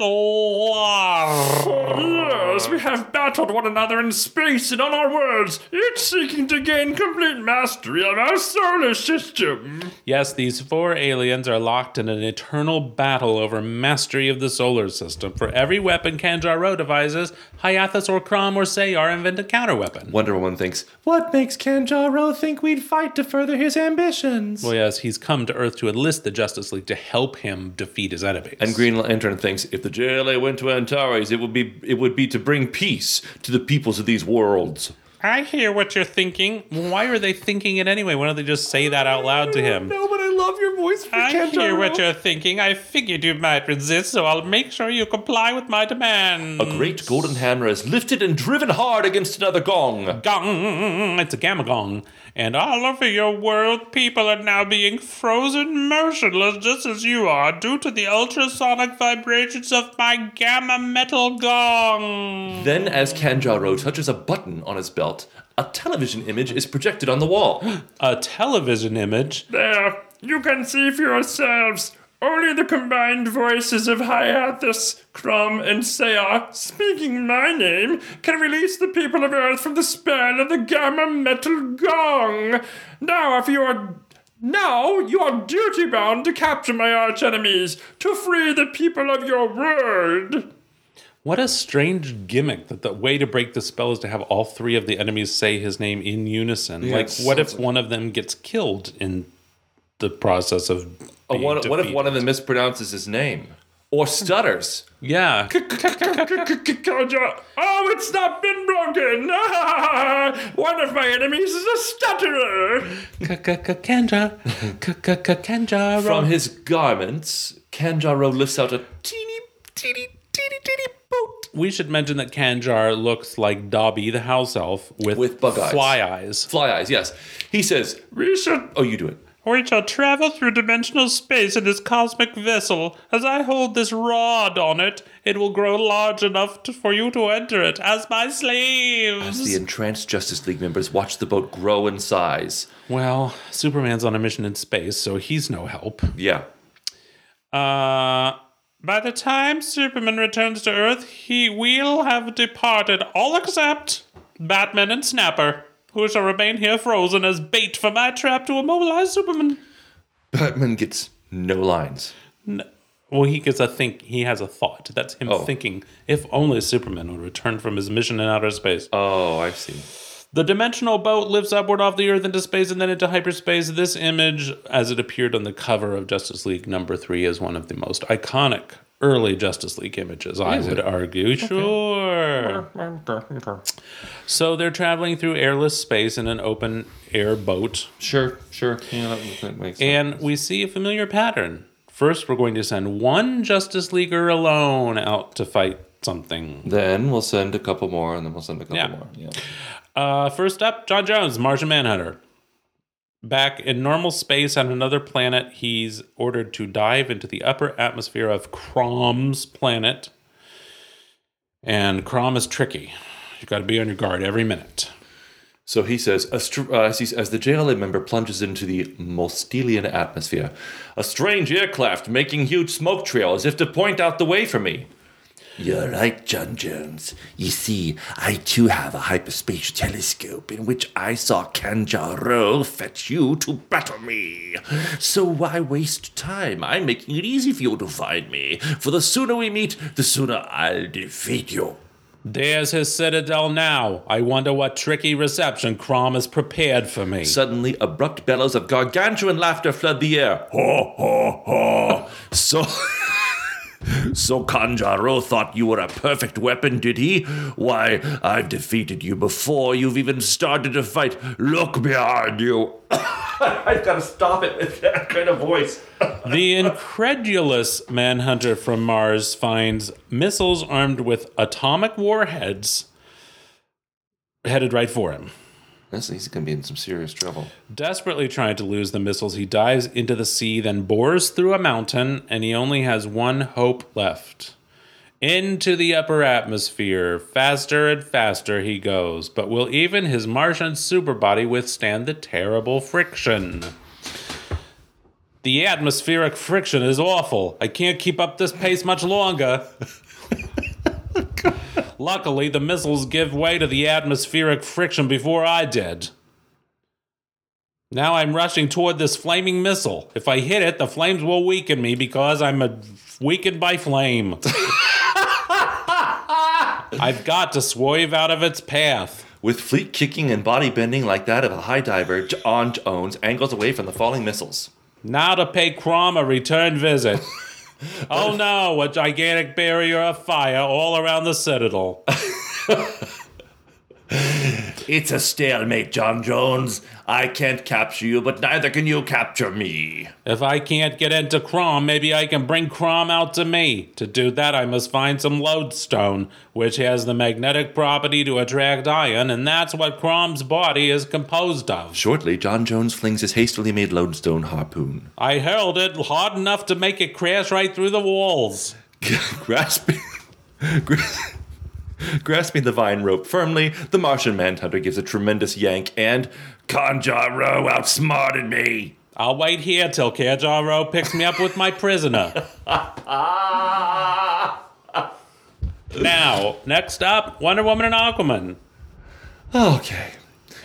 C: Lar.
D: Yes, we have battled one another in space and on our worlds, each seeking to gain complete mastery of our solar system.
C: Yes, these four aliens are locked in an eternal battle over mastery of the solar system. For every weapon Kanjaro devises, Hyathus or Krom or Sayar invent a counterweapon.
B: Wonder Woman thinks,
G: What makes Kanjaro think we'd fight to further his ambitions?
C: Well, yes, he's come to Earth to enlist the Justice League to help him defeat his enemies.
B: and Green Lantern thinks, if the JLA went to Antares, it would be it would be to bring peace to the peoples of these worlds.
C: I hear what you're thinking. Why are they thinking it anyway? Why don't they just say that out loud to him?
G: No, but I love your voice for
C: I
G: Kanjaro.
C: hear what you're thinking. I figured you might resist, so I'll make sure you comply with my demand.
B: A great golden hammer is lifted and driven hard against another gong.
C: Gong! It's a gamma gong. And all over your world, people are now being frozen motionless just as you are due to the ultrasonic vibrations of my gamma metal gong.
B: Then, as Kanjaro touches a button on his belt, a television image is projected on the wall.
C: A television image
D: There, you can see for yourselves. Only the combined voices of Hyathus, Crom, and Sayar, speaking my name, can release the people of Earth from the spell of the Gamma Metal Gong. Now, if you are. Now you are duty bound to capture my archenemies, to free the people of your world.
C: What a strange gimmick that the way to break the spell is to have all three of the enemies say his name in unison. like,
B: it's
C: what if
B: something.
C: one of them gets killed in the process of.
B: Uh,
C: being
B: what, what if
C: defeated?
B: one of them mispronounces his name? Or stutters?
C: Yeah.
D: Kaja- Oh, it's not been broken! One of my enemies is a stutterer!
C: K-k-k-kenja. K-k-k-kenja.
B: From his garments, Kanjaro lifts out a teeny, teeny, teeny, teeny boat.
C: We should mention that Kanjar looks like Dobby the house elf with,
B: With bug eyes.
C: fly eyes.
B: Fly eyes, yes. He says,
D: We should
B: Oh, you do it.
C: We shall travel through dimensional space in this cosmic vessel. As I hold this rod on it, it will grow large enough to, for you to enter it as my slaves.
B: The entranced Justice League members watch the boat grow in size.
C: Well, Superman's on a mission in space, so he's no help.
B: Yeah.
C: Uh, by the time Superman returns to Earth, he will have departed, all except Batman and Snapper, who shall remain here frozen as bait for my trap to immobilize Superman.
B: Batman gets no lines.
C: Well, he gets a think. He has a thought. That's him
B: Oh.
C: thinking. If only Superman would return from his mission in outer space.
B: Oh, I see.
C: The dimensional boat lifts upward off the Earth into space and then into hyperspace. This image, as it appeared on the cover of Justice League number three, is one of the most iconic early Justice League images, I would argue. Sure. So they're traveling through airless space in an open air boat,
B: Sure, sure. Yeah, that, that makes sense.
C: and we see a familiar pattern. First, we're going to send one Justice Leaguer alone out to fight something.
B: Then we'll send a couple more, and then we'll send a couple
C: Yeah.
B: more. Yeah.
C: Uh, first up, John Jones, Martian Manhunter. Back in normal space on another planet, he's ordered to dive into the upper atmosphere of Crom's planet. And Crom is tricky. you got to be on your guard every minute.
B: So he says, a str- uh, as, he, as the JLA member plunges into the Mostelian atmosphere, a strange aircraft making huge smoke trail as if to point out the way for me.
H: You're right, John Jones. You see, I too have a hyperspace telescope in which I saw Kanjaro fetch you to battle me.
B: So why waste time? I'm making it easy for you to find me. For the sooner we meet, the sooner I'll defeat you.
C: There's his citadel now. I wonder what tricky reception Crom has prepared for me.
B: Suddenly, abrupt bellows of gargantuan laughter flood the air. Ho, ho, ho. So. So Kanjaro thought you were a perfect weapon, did he? Why, I've defeated you before you've even started to fight. Look behind you. I've got to stop it with that kind of voice.
C: The incredulous manhunter from Mars finds missiles armed with atomic warheads headed right for him.
B: That's, he's going to be in some serious trouble.
C: Desperately trying to lose the missiles, he dives into the sea, then bores through a mountain, and he only has one hope left. Into the upper atmosphere, faster and faster he goes, but will even his Martian superbody withstand the terrible friction? The atmospheric friction is awful. I can't keep up this pace much longer. Luckily, the missiles give way to the atmospheric friction before I did. Now I'm rushing toward this flaming missile. If I hit it, the flames will weaken me because I'm a weakened by flame. I've got to swerve out of its path.
B: With fleet kicking and body bending like that of a high diver, John Jones angles away from the falling missiles.
C: Now to pay Crom a return visit. oh no, a gigantic barrier of fire all around the citadel.
H: It's a stalemate, John Jones. I can't capture you, but neither can you capture me.
C: If I can't get into Crom, maybe I can bring Crom out to me. To do that, I must find some lodestone, which has the magnetic property to attract iron, and that's what Crom's body is composed of.
B: Shortly, John Jones flings his hastily made lodestone harpoon.
C: I hurled it hard enough to make it crash right through the walls.
B: Grasping, gras- grasping the vine rope firmly, the Martian manhunter gives a tremendous yank and
H: Conjaro outsmarted me.
C: I'll wait here till Kajaro picks me up with my prisoner. now, next up, Wonder Woman and Aquaman.
B: okay.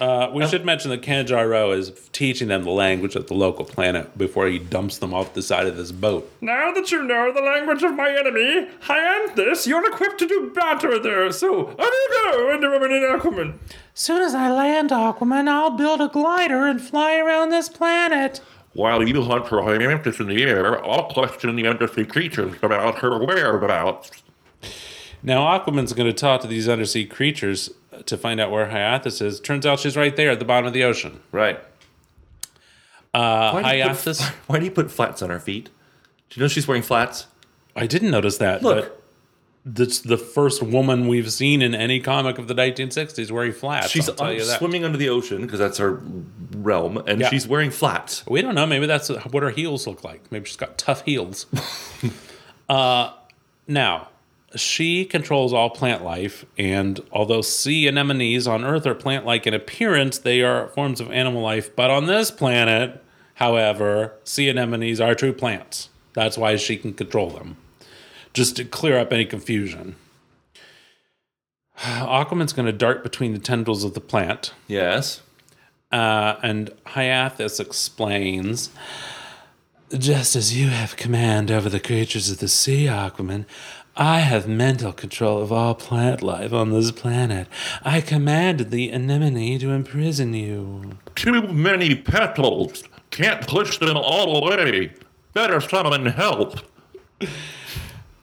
C: Uh, we should mention that Kajaro is teaching them the language of the local planet before he dumps them off the side of this boat.
D: Now that you know the language of my enemy, Hyanthus, you're equipped to do battle there. So, on you go, Wonder Woman and Aquaman.
G: Soon as I land, Aquaman, I'll build a glider and fly around this planet.
I: While you hunt for Hyanthus in the air, I'll question the undersea creatures about her whereabouts.
C: Now, Aquaman's going to talk to these undersea creatures to find out where Hyathis is. Turns out she's right there at the bottom of the ocean.
B: Right.
C: Uh,
B: Why do you put-
C: Hyathis.
B: Why do you put flats on her feet? Do you know she's wearing flats?
C: I didn't notice that.
B: Look.
C: But that's the first woman we've seen in any comic of the 1960s wearing flats.
B: She's
C: I'll tell you that.
B: swimming under the ocean because that's her realm, and
C: Yeah.
B: she's wearing flats.
C: We don't know. Maybe that's what her heels look like. Maybe she's got tough heels. uh, now, she controls all plant life, and although sea anemones on Earth are plant like in appearance, they are forms of animal life. But on this planet, however, sea anemones are true plants. That's why she can control them, just to clear up any confusion. Aquaman's going to dart between the tendrils of the plant.
B: Yes.
C: Uh, and Hyathis explains Just as you have command over the creatures of the sea, Aquaman, I have mental control of all plant life on this planet. I commanded the anemone to imprison you.
I: Too many petals. Can't push them all away. Better summon help.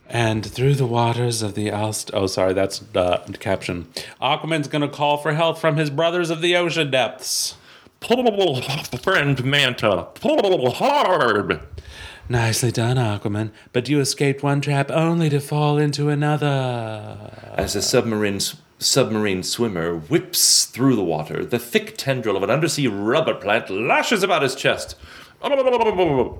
C: And through the waters of the Alst. Oh, sorry, that's uh, the caption. Aquaman's gonna call for help from his brothers of the ocean depths.
I: Pull, friend Manta. Pull hard.
C: Nicely done, Aquaman, but you escaped one trap only to fall into another.
B: As a submarine s- submarine swimmer whips through the water, the thick tendril of an undersea rubber plant lashes about his chest.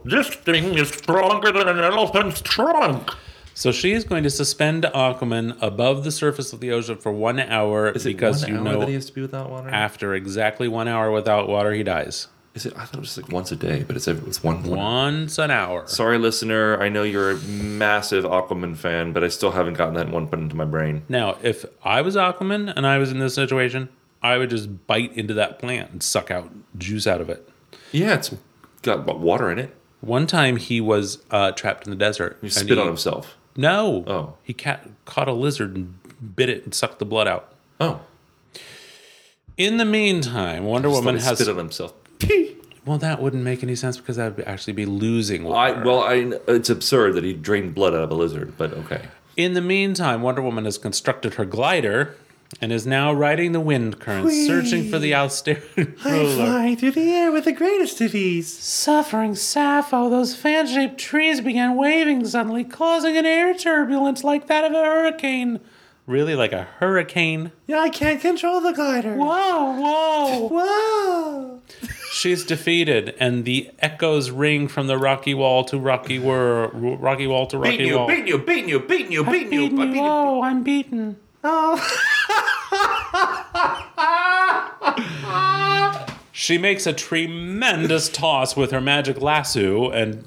I: This thing is stronger than an elephant's trunk.
C: So she is going to suspend Aquaman above the surface of the ocean for one hour
B: Is it
C: because
B: one
C: you
B: hour
C: know
B: that he has to be without water?
C: after exactly one hour without water he dies.
B: Is it? I thought it was like once a day, but it's every, it's one. one.
C: Once an hour.
B: Sorry, listener. I know you're a massive Aquaman fan, but I still haven't gotten that one put into my brain.
C: Now, if I was Aquaman and I was in this situation, I would just bite into that plant and suck out juice out of it.
B: Yeah, it's got wa- water in it.
C: One time he was uh, trapped in the desert.
B: He
C: and
B: spit
C: he-
B: on himself.
C: No.
B: Oh.
C: He ca- caught a lizard and bit it and sucked the blood out.
B: Oh,
C: In the meantime, Wonder
B: Just
C: Woman
B: let it
C: has.
B: spit on himself.
C: Well, that wouldn't make any sense because that would be- actually be losing water.
B: I well, I it's absurd that he drained blood out of a lizard, but okay.
C: In the meantime, Wonder Woman has constructed her glider and is now riding the wind currents, searching for the Alsterian
G: I
C: ruler.
G: fly through the air with the greatest of ease.
J: Suffering Sappho, those fan shaped trees began waving suddenly, causing an air turbulence like that of a hurricane.
C: Really, like a hurricane. Oh,
G: Yeah, I can't control the glider.
J: Whoa, whoa.
G: Whoa.
C: She's defeated, and the echoes ring from the rocky wall to rocky wall, rocky wall to rocky
B: Beating you,
C: wall.
B: beating you, beating you, beating you, beating you.
J: Beaten you. Oh, I'm beaten.
G: Oh.
C: She makes a tremendous toss with her magic lasso and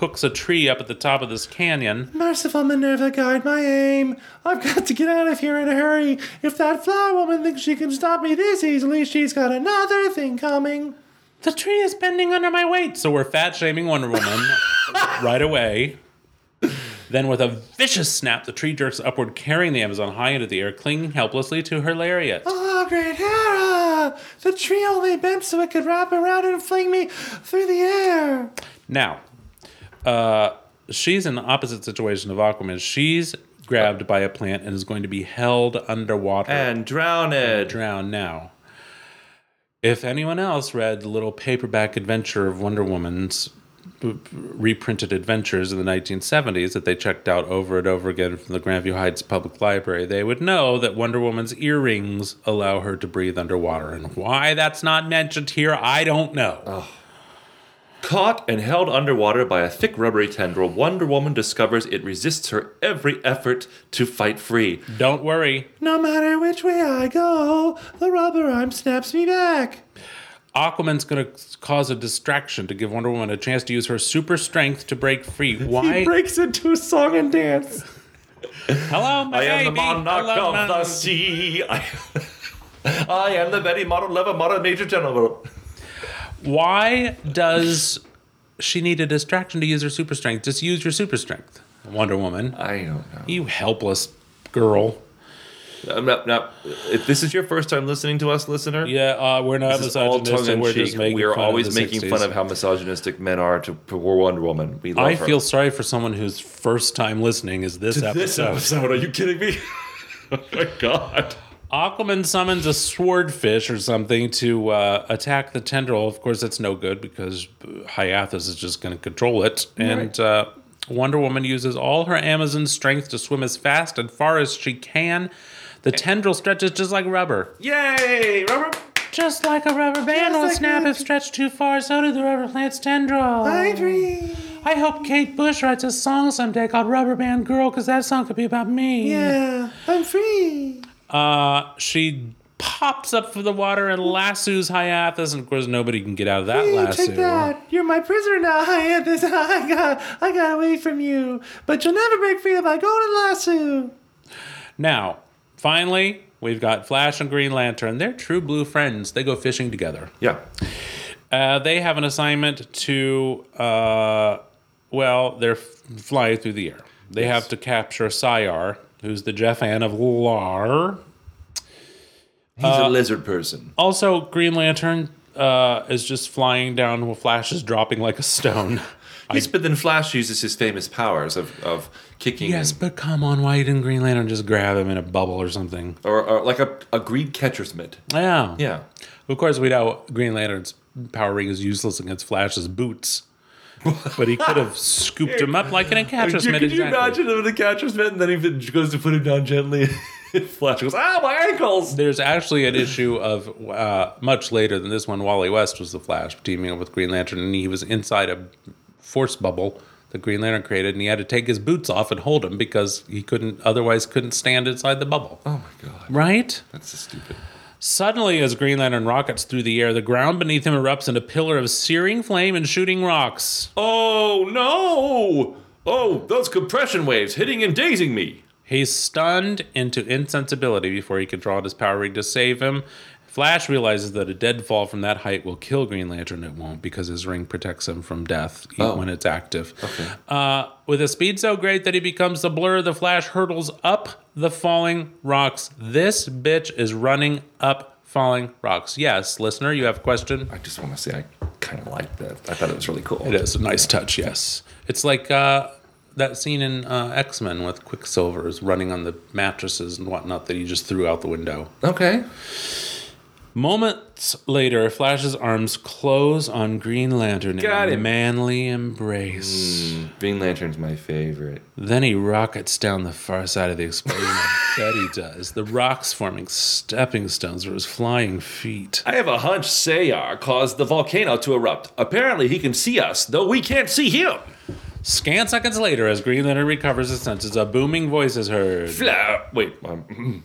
C: hooks a tree up at the top of this canyon.
G: Merciful Minerva, guide my aim. I've got to get out of here in a hurry. If that fly woman thinks she can stop me this easily, she's got another thing coming.
J: The tree is bending under my weight.
C: So we're fat shaming Wonder Woman right away. Then, with a vicious snap, the tree jerks upward, carrying the Amazon high into the air, clinging helplessly to her lariat.
G: Oh, great Hera! The tree only bent so it could wrap around and fling me through the air.
C: Now, uh, she's in the opposite situation of Aquaman. She's grabbed by a plant and is going to be held underwater
B: and drowned.
C: drown now. If anyone else read the little paperback adventure of Wonder Woman's b- b- reprinted adventures in the 1970s that they checked out over and over again from the Grandview Heights Public Library, they would know that Wonder Woman's earrings allow her to breathe underwater. And why that's not mentioned here, I don't know.
B: Caught and held underwater by a thick rubbery tendril, Wonder Woman discovers it resists her every effort to fight free.
C: Don't worry.
G: No matter which way I go, the rubber arm snaps me back.
C: Aquaman's going to cause a distraction to give Wonder Woman a chance to use her super strength to break free. Why?
G: He breaks into a song and dance.
C: Hello, my
B: I am the
C: baby.
B: monarch
C: Hello,
B: of
C: my-
B: the sea. I, I am the very model level modern major general.
C: Why does she need a distraction to use her super strength? Just use your super strength, Wonder Woman.
B: I don't know.
C: You helpless girl.
B: I'm not, not, Uh, if this is your first time listening to us, listener,
C: yeah, uh, we're not
B: this is all
C: misogynistic,
B: tongue in
C: we're just
B: cheek.
C: making
B: We are
C: fun of
B: always
C: the
B: making
C: 60s.
B: fun of how misogynistic men are to poor Wonder Woman. We love
C: I
B: her.
C: feel sorry for someone whose first time listening is this
B: To
C: episode.
B: this episode, are you kidding me? oh my god.
C: Aquaman summons a swordfish or something to uh, attack the tendril. Of course, that's no good because Hyathus is just going to control it. And
B: Right.
C: uh, Wonder Woman uses all her Amazon strength to swim as fast and far as she can. The tendril stretches just like rubber.
B: Yay! Rubber.
J: Just like a rubber band will snap if stretched too far, so do the rubber plant's tendril. I
G: dream.
J: I hope Kate Bush writes a song someday called Rubber Band Girl, because that song could be about me.
G: Yeah, I'm free.
C: Uh, she pops up from the water and lassos Hyathus, and of course, nobody can get out of that
G: Hey,
C: lasso.
G: take that. You're my prisoner now, Hyanthus. I got, I got away from you. But you'll never break free of my golden lasso.
C: Now, finally, we've got Flash and Green Lantern. They're true blue friends. They go fishing together.
B: Yeah.
C: Uh, they have an assignment to, uh, well, they're f- flying through the air. They have to capture Sayar, who's the Jeffan of Lar.
B: He's a lizard person.
C: Also, Green Lantern uh, is just flying down while Flash is dropping like a stone.
B: He's, but then Flash uses his famous powers of, of kicking
C: yes,
B: and-
C: but come on, why didn't Green Lantern just grab him in a bubble or something?
B: or, or like a, a greed catcher's mitt.
C: Yeah.
B: Yeah.
C: Of course, we know Green Lantern's power ring is useless against Flash's boots, but he could have scooped him up like in a catcher's
B: Can
C: mitt.
B: you
C: exactly.
B: imagine him in a catcher's mitt and then he goes to put him down gently? Flash goes, ah, my ankles!
C: There's actually an issue of uh, much later than this one. Wally West was the Flash teaming up with Green Lantern, and he was inside a force bubble that Green Lantern created, and he had to take his boots off and hold him because he couldn't otherwise couldn't stand inside the bubble.
B: Oh my god.
C: Right?
B: That's so stupid.
C: Suddenly, as Green Lantern rockets through the air, the ground beneath him erupts in a pillar of searing flame and shooting rocks.
B: Oh no! Oh, those compression waves hitting and dazing me.
C: He's stunned into insensibility before he can draw out his power ring to save him. Flash realizes that a dead fall from that height will kill Green Lantern. It won't because his ring protects him from death e-
B: Oh.
C: when it's active. Okay. Uh, with a speed so great that he becomes the blur, the Flash hurtles up the falling rocks. This bitch is running up falling rocks. Yes, listener, you have a question?
B: I just want to say I kind of liked that. I thought it was really cool.
C: It is a nice touch, yes. It's like uh, that scene in uh, X Men with Quicksilver is running on the mattresses and whatnot that he just threw out the window.
B: Okay.
C: Moments later, Flash's arms close on Green Lantern
B: Got
C: in a
B: him.
C: manly embrace.
B: Green Lantern's my favorite.
C: Then he rockets down the far side of the explosion. I bet he does. The rocks forming stepping stones for his flying feet.
B: I have a hunch Sayar caused the volcano to erupt. Apparently, he can see us, though we can't see him.
C: Scant seconds later, as Green Lantern recovers his senses, a booming voice is heard.
B: Fla- wait, um,
D: hmm.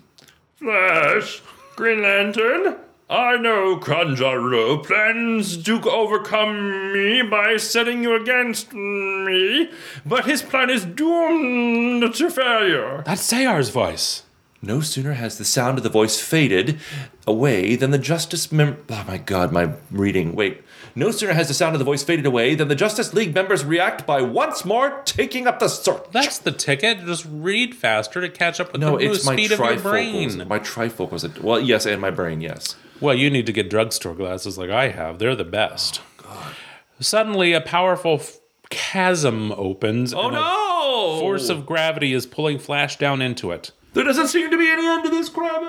D: Flash, Green Lantern, I know Kanjaro plans to overcome me by setting you against me, but his plan is doomed to failure.
C: That's Sayar's voice.
B: No sooner has the sound of the voice faded away than the Justice mem- Oh my god, my reading. Wait. No sooner has the sound of the voice faded away than the Justice League members react by once more taking up the search.
C: That's the ticket. Just read faster to catch up with
B: No,
C: the
B: it's my
C: speed of your brain.
B: trifocals. My trifocals. Well, yes, and my brain, yes.
C: Well, you need to get drugstore glasses like I have. They're the best.
B: Oh,
C: Suddenly, a powerful f- chasm opens. Oh
B: no!
C: Force of gravity is pulling Flash down into it.
B: There doesn't seem to be any end to this crap.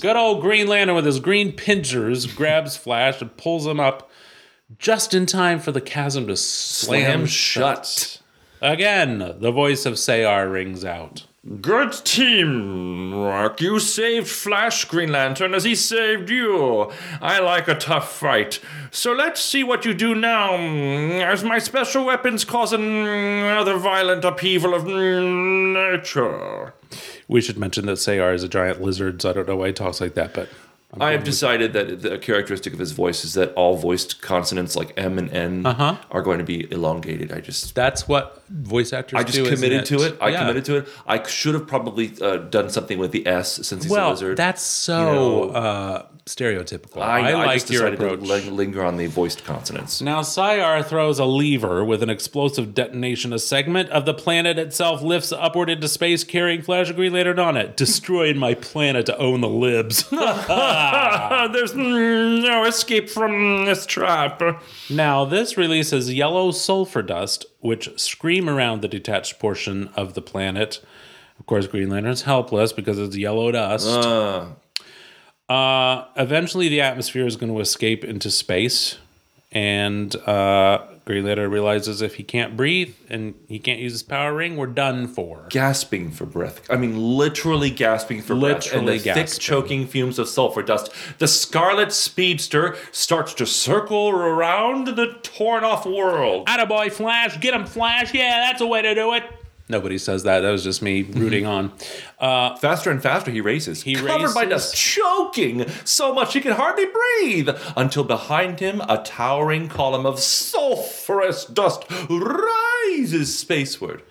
C: Good old Green Lantern with his green pincers grabs Flash and pulls him up just in time for the chasm to
B: Slam
C: slam, shut. Again, the voice of Sayar rings out.
D: Good team, Rock. You saved Flash Green Lantern as he saved you. I like a tough fight. So let's see what you do now, mm, as my special weapons cause another violent upheaval of mm, nature.
C: We should mention that Sayar is a giant lizard, so I don't know why he talks like that, but
B: I have decided that the characteristic of his voice is that all voiced consonants like M and N
C: Uh-huh.
B: are going to be elongated. I just
C: that's what voice actors
B: I just
C: do, isn't
B: committed
C: it?
B: to it. I
C: Yeah.
B: committed to it. I should have probably uh, done something with the S since he's
C: well,
B: a lizard.
C: that's
B: You
C: so
B: know,
C: uh, stereotypical.
B: I,
C: I,
B: know, I
C: like
B: just
C: your
B: decided
C: approach.
B: to ling- linger on the voiced consonants.
C: Now, Sayar throws a lever with an explosive detonation. A segment of the planet itself lifts upward into space, carrying Flash and Green Lantern on it, destroying my planet to own the libs.
D: There's mm, no escape from this trap.
C: now, this releases yellow sulfur dust, which scream around the detached portion of the planet. Of course, Green Lantern's helpless because it's yellow dust.
B: Uh.
C: Uh, eventually, the atmosphere is going to escape into space, and uh, Green Lantern realizes if he can't breathe and he can't use his power ring, we're done for.
B: Gasping for breath. I mean, literally gasping for breath. And the
C: Literally
B: thick,
C: gasping.
B: choking fumes of sulfur dust. The Scarlet Speedster starts to circle around the torn off world.
C: Attaboy, Flash, get him, Flash. Yeah, that's a way to do it. Nobody says that. That was just me rooting on. Uh,
B: faster and faster, he races. He Covered by dust, choking so much he can hardly breathe, until behind him a towering column of sulfurous dust rises spaceward.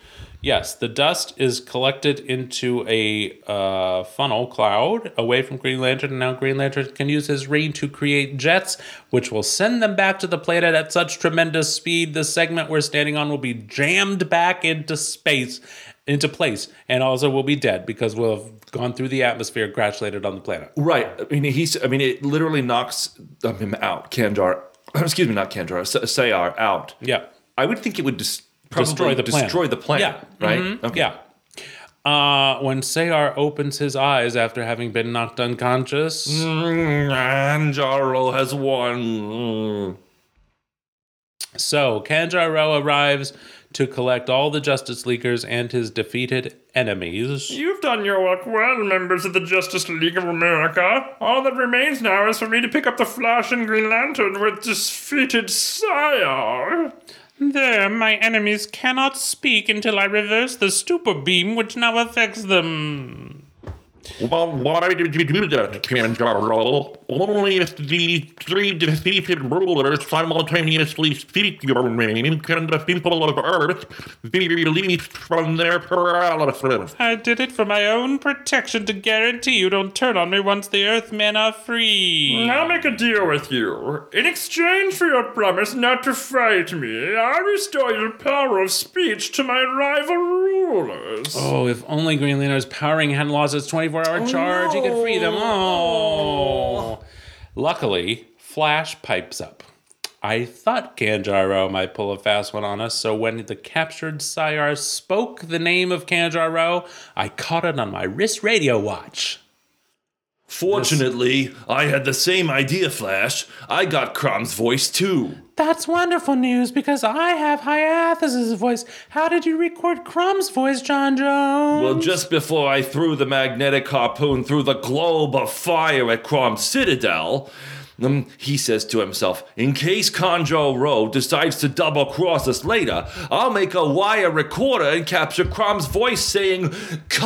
C: Yes, the dust is collected into a uh, funnel cloud away from Green Lantern, and now Green Lantern can use his ring to create jets, which will send them back to the planet at such tremendous speed. The segment we're standing on will be jammed back into space, into place, and also we'll be dead because we'll have gone through the atmosphere, and crash landed on the planet.
B: Right. I mean, he's. I mean, it literally knocks um, him out. Kandar. Excuse me, not Kandar. S- Sayar out.
C: Yeah.
B: I would think it would dis- probably
C: Destroy the planet.
B: Destroy the planet.
C: Yeah.
B: Right.
C: Mhm.
B: Okay.
C: Yeah. Uh, when Sayar opens his eyes after having been knocked unconscious,
D: Anjaro has won.
C: So Kanjaro arrives to collect all the Justice Leaguers and his defeated enemies.
D: You've done your work well, members of the Justice League of America. All that remains now is for me to pick up the Flash and Green Lantern with defeated Sire.
J: There, my enemies cannot speak until I reverse the stupor beam which now affects them.
I: Well, what I would do that, Kanjaro, only if the three defeated rulers simultaneously speak your name, can the people of Earth be released from their paralysis?
J: I did it for my own protection to guarantee you don't turn on me once the Earthmen are free.
D: I'll make a deal with you. In exchange for your promise not to fight me, I restore your power of speech to my rival rulers.
C: Oh, if only Green Lantern's power ring hadn't lost its 24 hour charge, he could free them. Oh. Luckily, Flash pipes up. I thought Kanjaro might pull a fast one on us, so when the captured Sayar spoke the name of Kanjaro, I caught it on my wrist radio watch.
B: Fortunately, I had the same idea, Flash. I got Crom's voice too.
J: That's wonderful news because I have Hyathas's voice. How did you record Crumb's voice, John Jones?
B: Well, just before I threw the magnetic harpoon through the globe of fire at Crom's citadel, um, he says to himself, In case Conjo Rowe decides to double cross us later, I'll make a wire recorder and capture Crom's voice saying,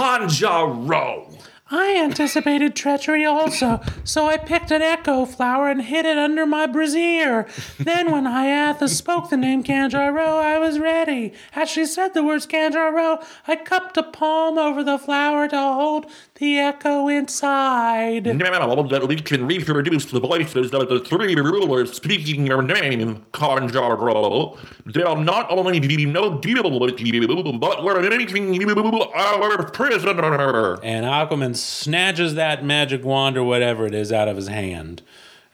B: Conjo Rowe!
J: I anticipated treachery also, so I picked an echo flower and hid it under my brassiere. Then, when Hyatha spoke the name Kanjaro, I was ready. As she said the words Kanjaro, I cupped a palm over the flower to hold the echo inside.
I: That we can reproduce the voices of the three rulers speaking your name, Conjaro. They'll not only be no deal with you, but we're making you our prisoner.
C: And Aquaman snatches that magic wand or whatever it is out of his hand.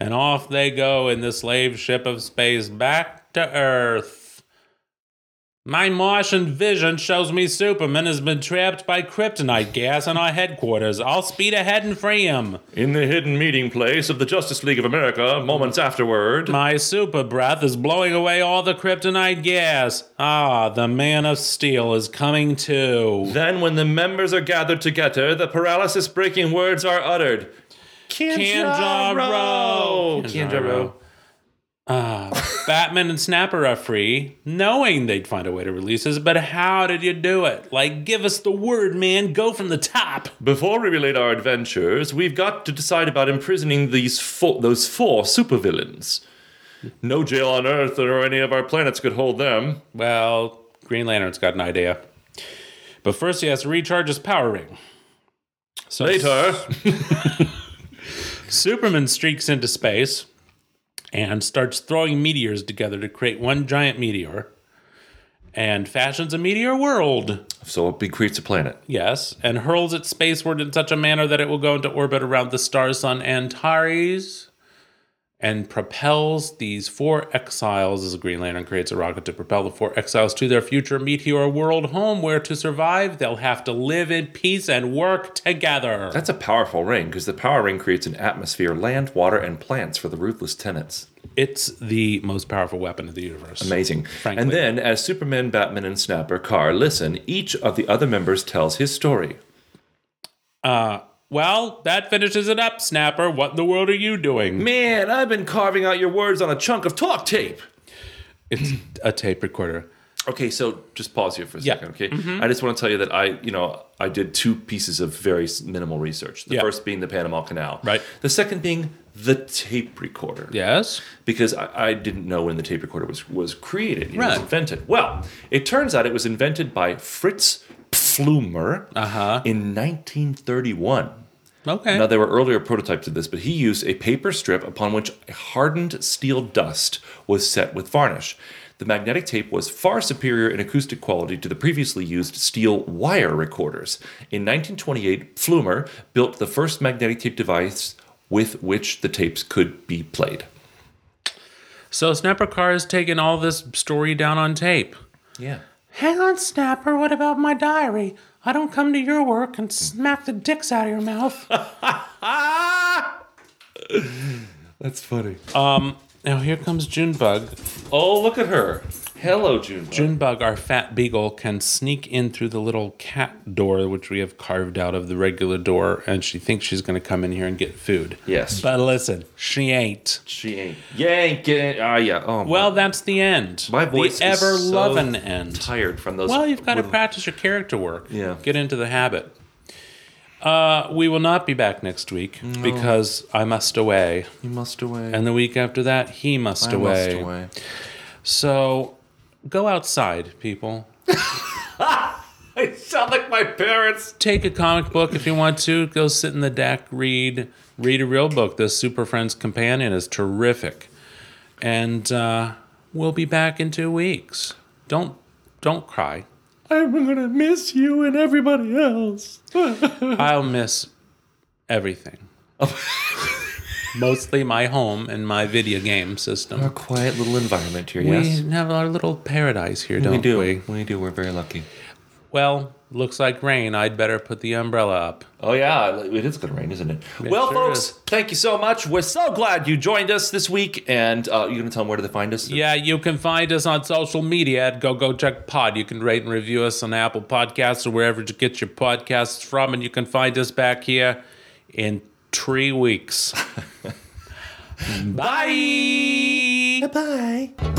C: And off they go in the slave ship of space back to Earth. My Martian vision shows me Superman has been trapped by kryptonite gas in our headquarters. I'll speed ahead and free him.
B: In the hidden meeting place of the Justice League of America, moments afterward.
C: My super breath is blowing away all the kryptonite gas. Ah, the Man of Steel is coming too.
B: Then, when the members are gathered together, the paralysis breaking words are uttered.
C: Kanjaro!
B: Kanjaro.
C: Ah, Batman and Snapper are free, knowing they'd find a way to release us, but how did you do it? Like, give us the word, man. Go from the top.
B: Before we relate our adventures, we've got to decide about imprisoning these four, those four supervillains. No jail on Earth or any of our planets could hold them.
C: Well, Green Lantern's got an idea. But first, he has to recharge his power ring. So
B: Later.
C: Superman streaks into space and starts throwing meteors together to create one giant meteor and fashions a meteor world.
B: So it creates a planet.
C: Yes, and hurls it spaceward in such a manner that it will go into orbit around the star sun Antares and propels these four exiles as a Green Lantern creates a rocket to propel the four exiles to their future meteor world home where to survive they'll have to live in peace and work together.
B: That's a powerful ring because the power ring creates an atmosphere, land, water, and plants for the ruthless tenants.
C: It's the most powerful weapon of the universe.
B: Amazing.
C: Frankly.
B: And then, as Superman, Batman, and Snapper Carr listen, each of the other members tells his story.
C: Uh, well, that finishes it up, Snapper. What in the world are you doing?
B: Man, I've been carving out your words on a chunk of talk tape.
C: It's a tape recorder.
B: Okay, so just pause here for a
C: Yeah.
B: second, okay?
C: Mhm.
B: I just want to tell you that I, you know, I did two pieces of very s- minimal research. The
C: Yeah.
B: first being the Panama Canal.
C: Right.
B: The second being the tape recorder.
C: Yes.
B: Because I, I didn't know when the tape recorder was was created. It was
C: Right.
B: invented. Well, it turns out it was invented by Fritz Pflumer
C: Uh-huh.
B: in 1931.
C: Okay.
B: Now, there were earlier prototypes of this, but he used a paper strip upon which hardened steel dust was set with varnish. The magnetic tape was far superior in acoustic quality to the previously used steel wire recorders. In 1928, Flumer built the first magnetic tape device with which the tapes could be played.
C: So Snapper Carr has taken all this story down on tape.
B: Yeah.
J: Hang on, Snapper. What about my diary? I don't come to your work and smack the dicks out of your mouth.
B: That's funny.
C: Um, now here comes Junebug.
B: Oh, look at her. Hello, Junebug.
C: Junebug, our fat beagle, can sneak in through the little cat door, which we have carved out of the regular door, and she thinks she's going to come in here and get food.
B: Yes.
C: But listen, she ain't.
B: Oh, She ain't. Yeah, get Ah, yeah. Oh,
C: Well, that's the end.
B: my voice
C: the ever
B: is so
C: loving end.
B: Tired from those.
C: Well, you've got to practice your character work.
B: Yeah.
C: Get into the habit. Uh, we will not be back next week because I must away.
B: You must away.
C: And the week after that, he must
B: I must
C: away.
B: away.
C: So go outside, people.
B: I sound like my parents.
C: Take a comic book if you want to. Go sit in the deck, read, read a real book. The Super Friends Companion is terrific, and uh, we'll be back in two weeks. Don't don't cry.
G: I'm gonna miss you and everybody else.
C: I'll miss everything. Mostly my home and my video game system.
B: Our quiet little environment here,
C: we
B: yes.
C: have our little paradise here, don't
B: we
C: we?
B: do. We do. We're very lucky.
C: Well, Looks like rain. I'd better put the umbrella up.
B: Oh, yeah. It is going to rain, isn't it? well, folks, thank you so much. We're so glad you joined us this week. And uh, you're going to tell them where to find us?
C: Yeah, you can find us on social media at Go Go Check Pod. You can rate and review us on Apple Podcasts or wherever you get your podcasts from, and you can find us back here in three weeks. Bye.
G: Bye.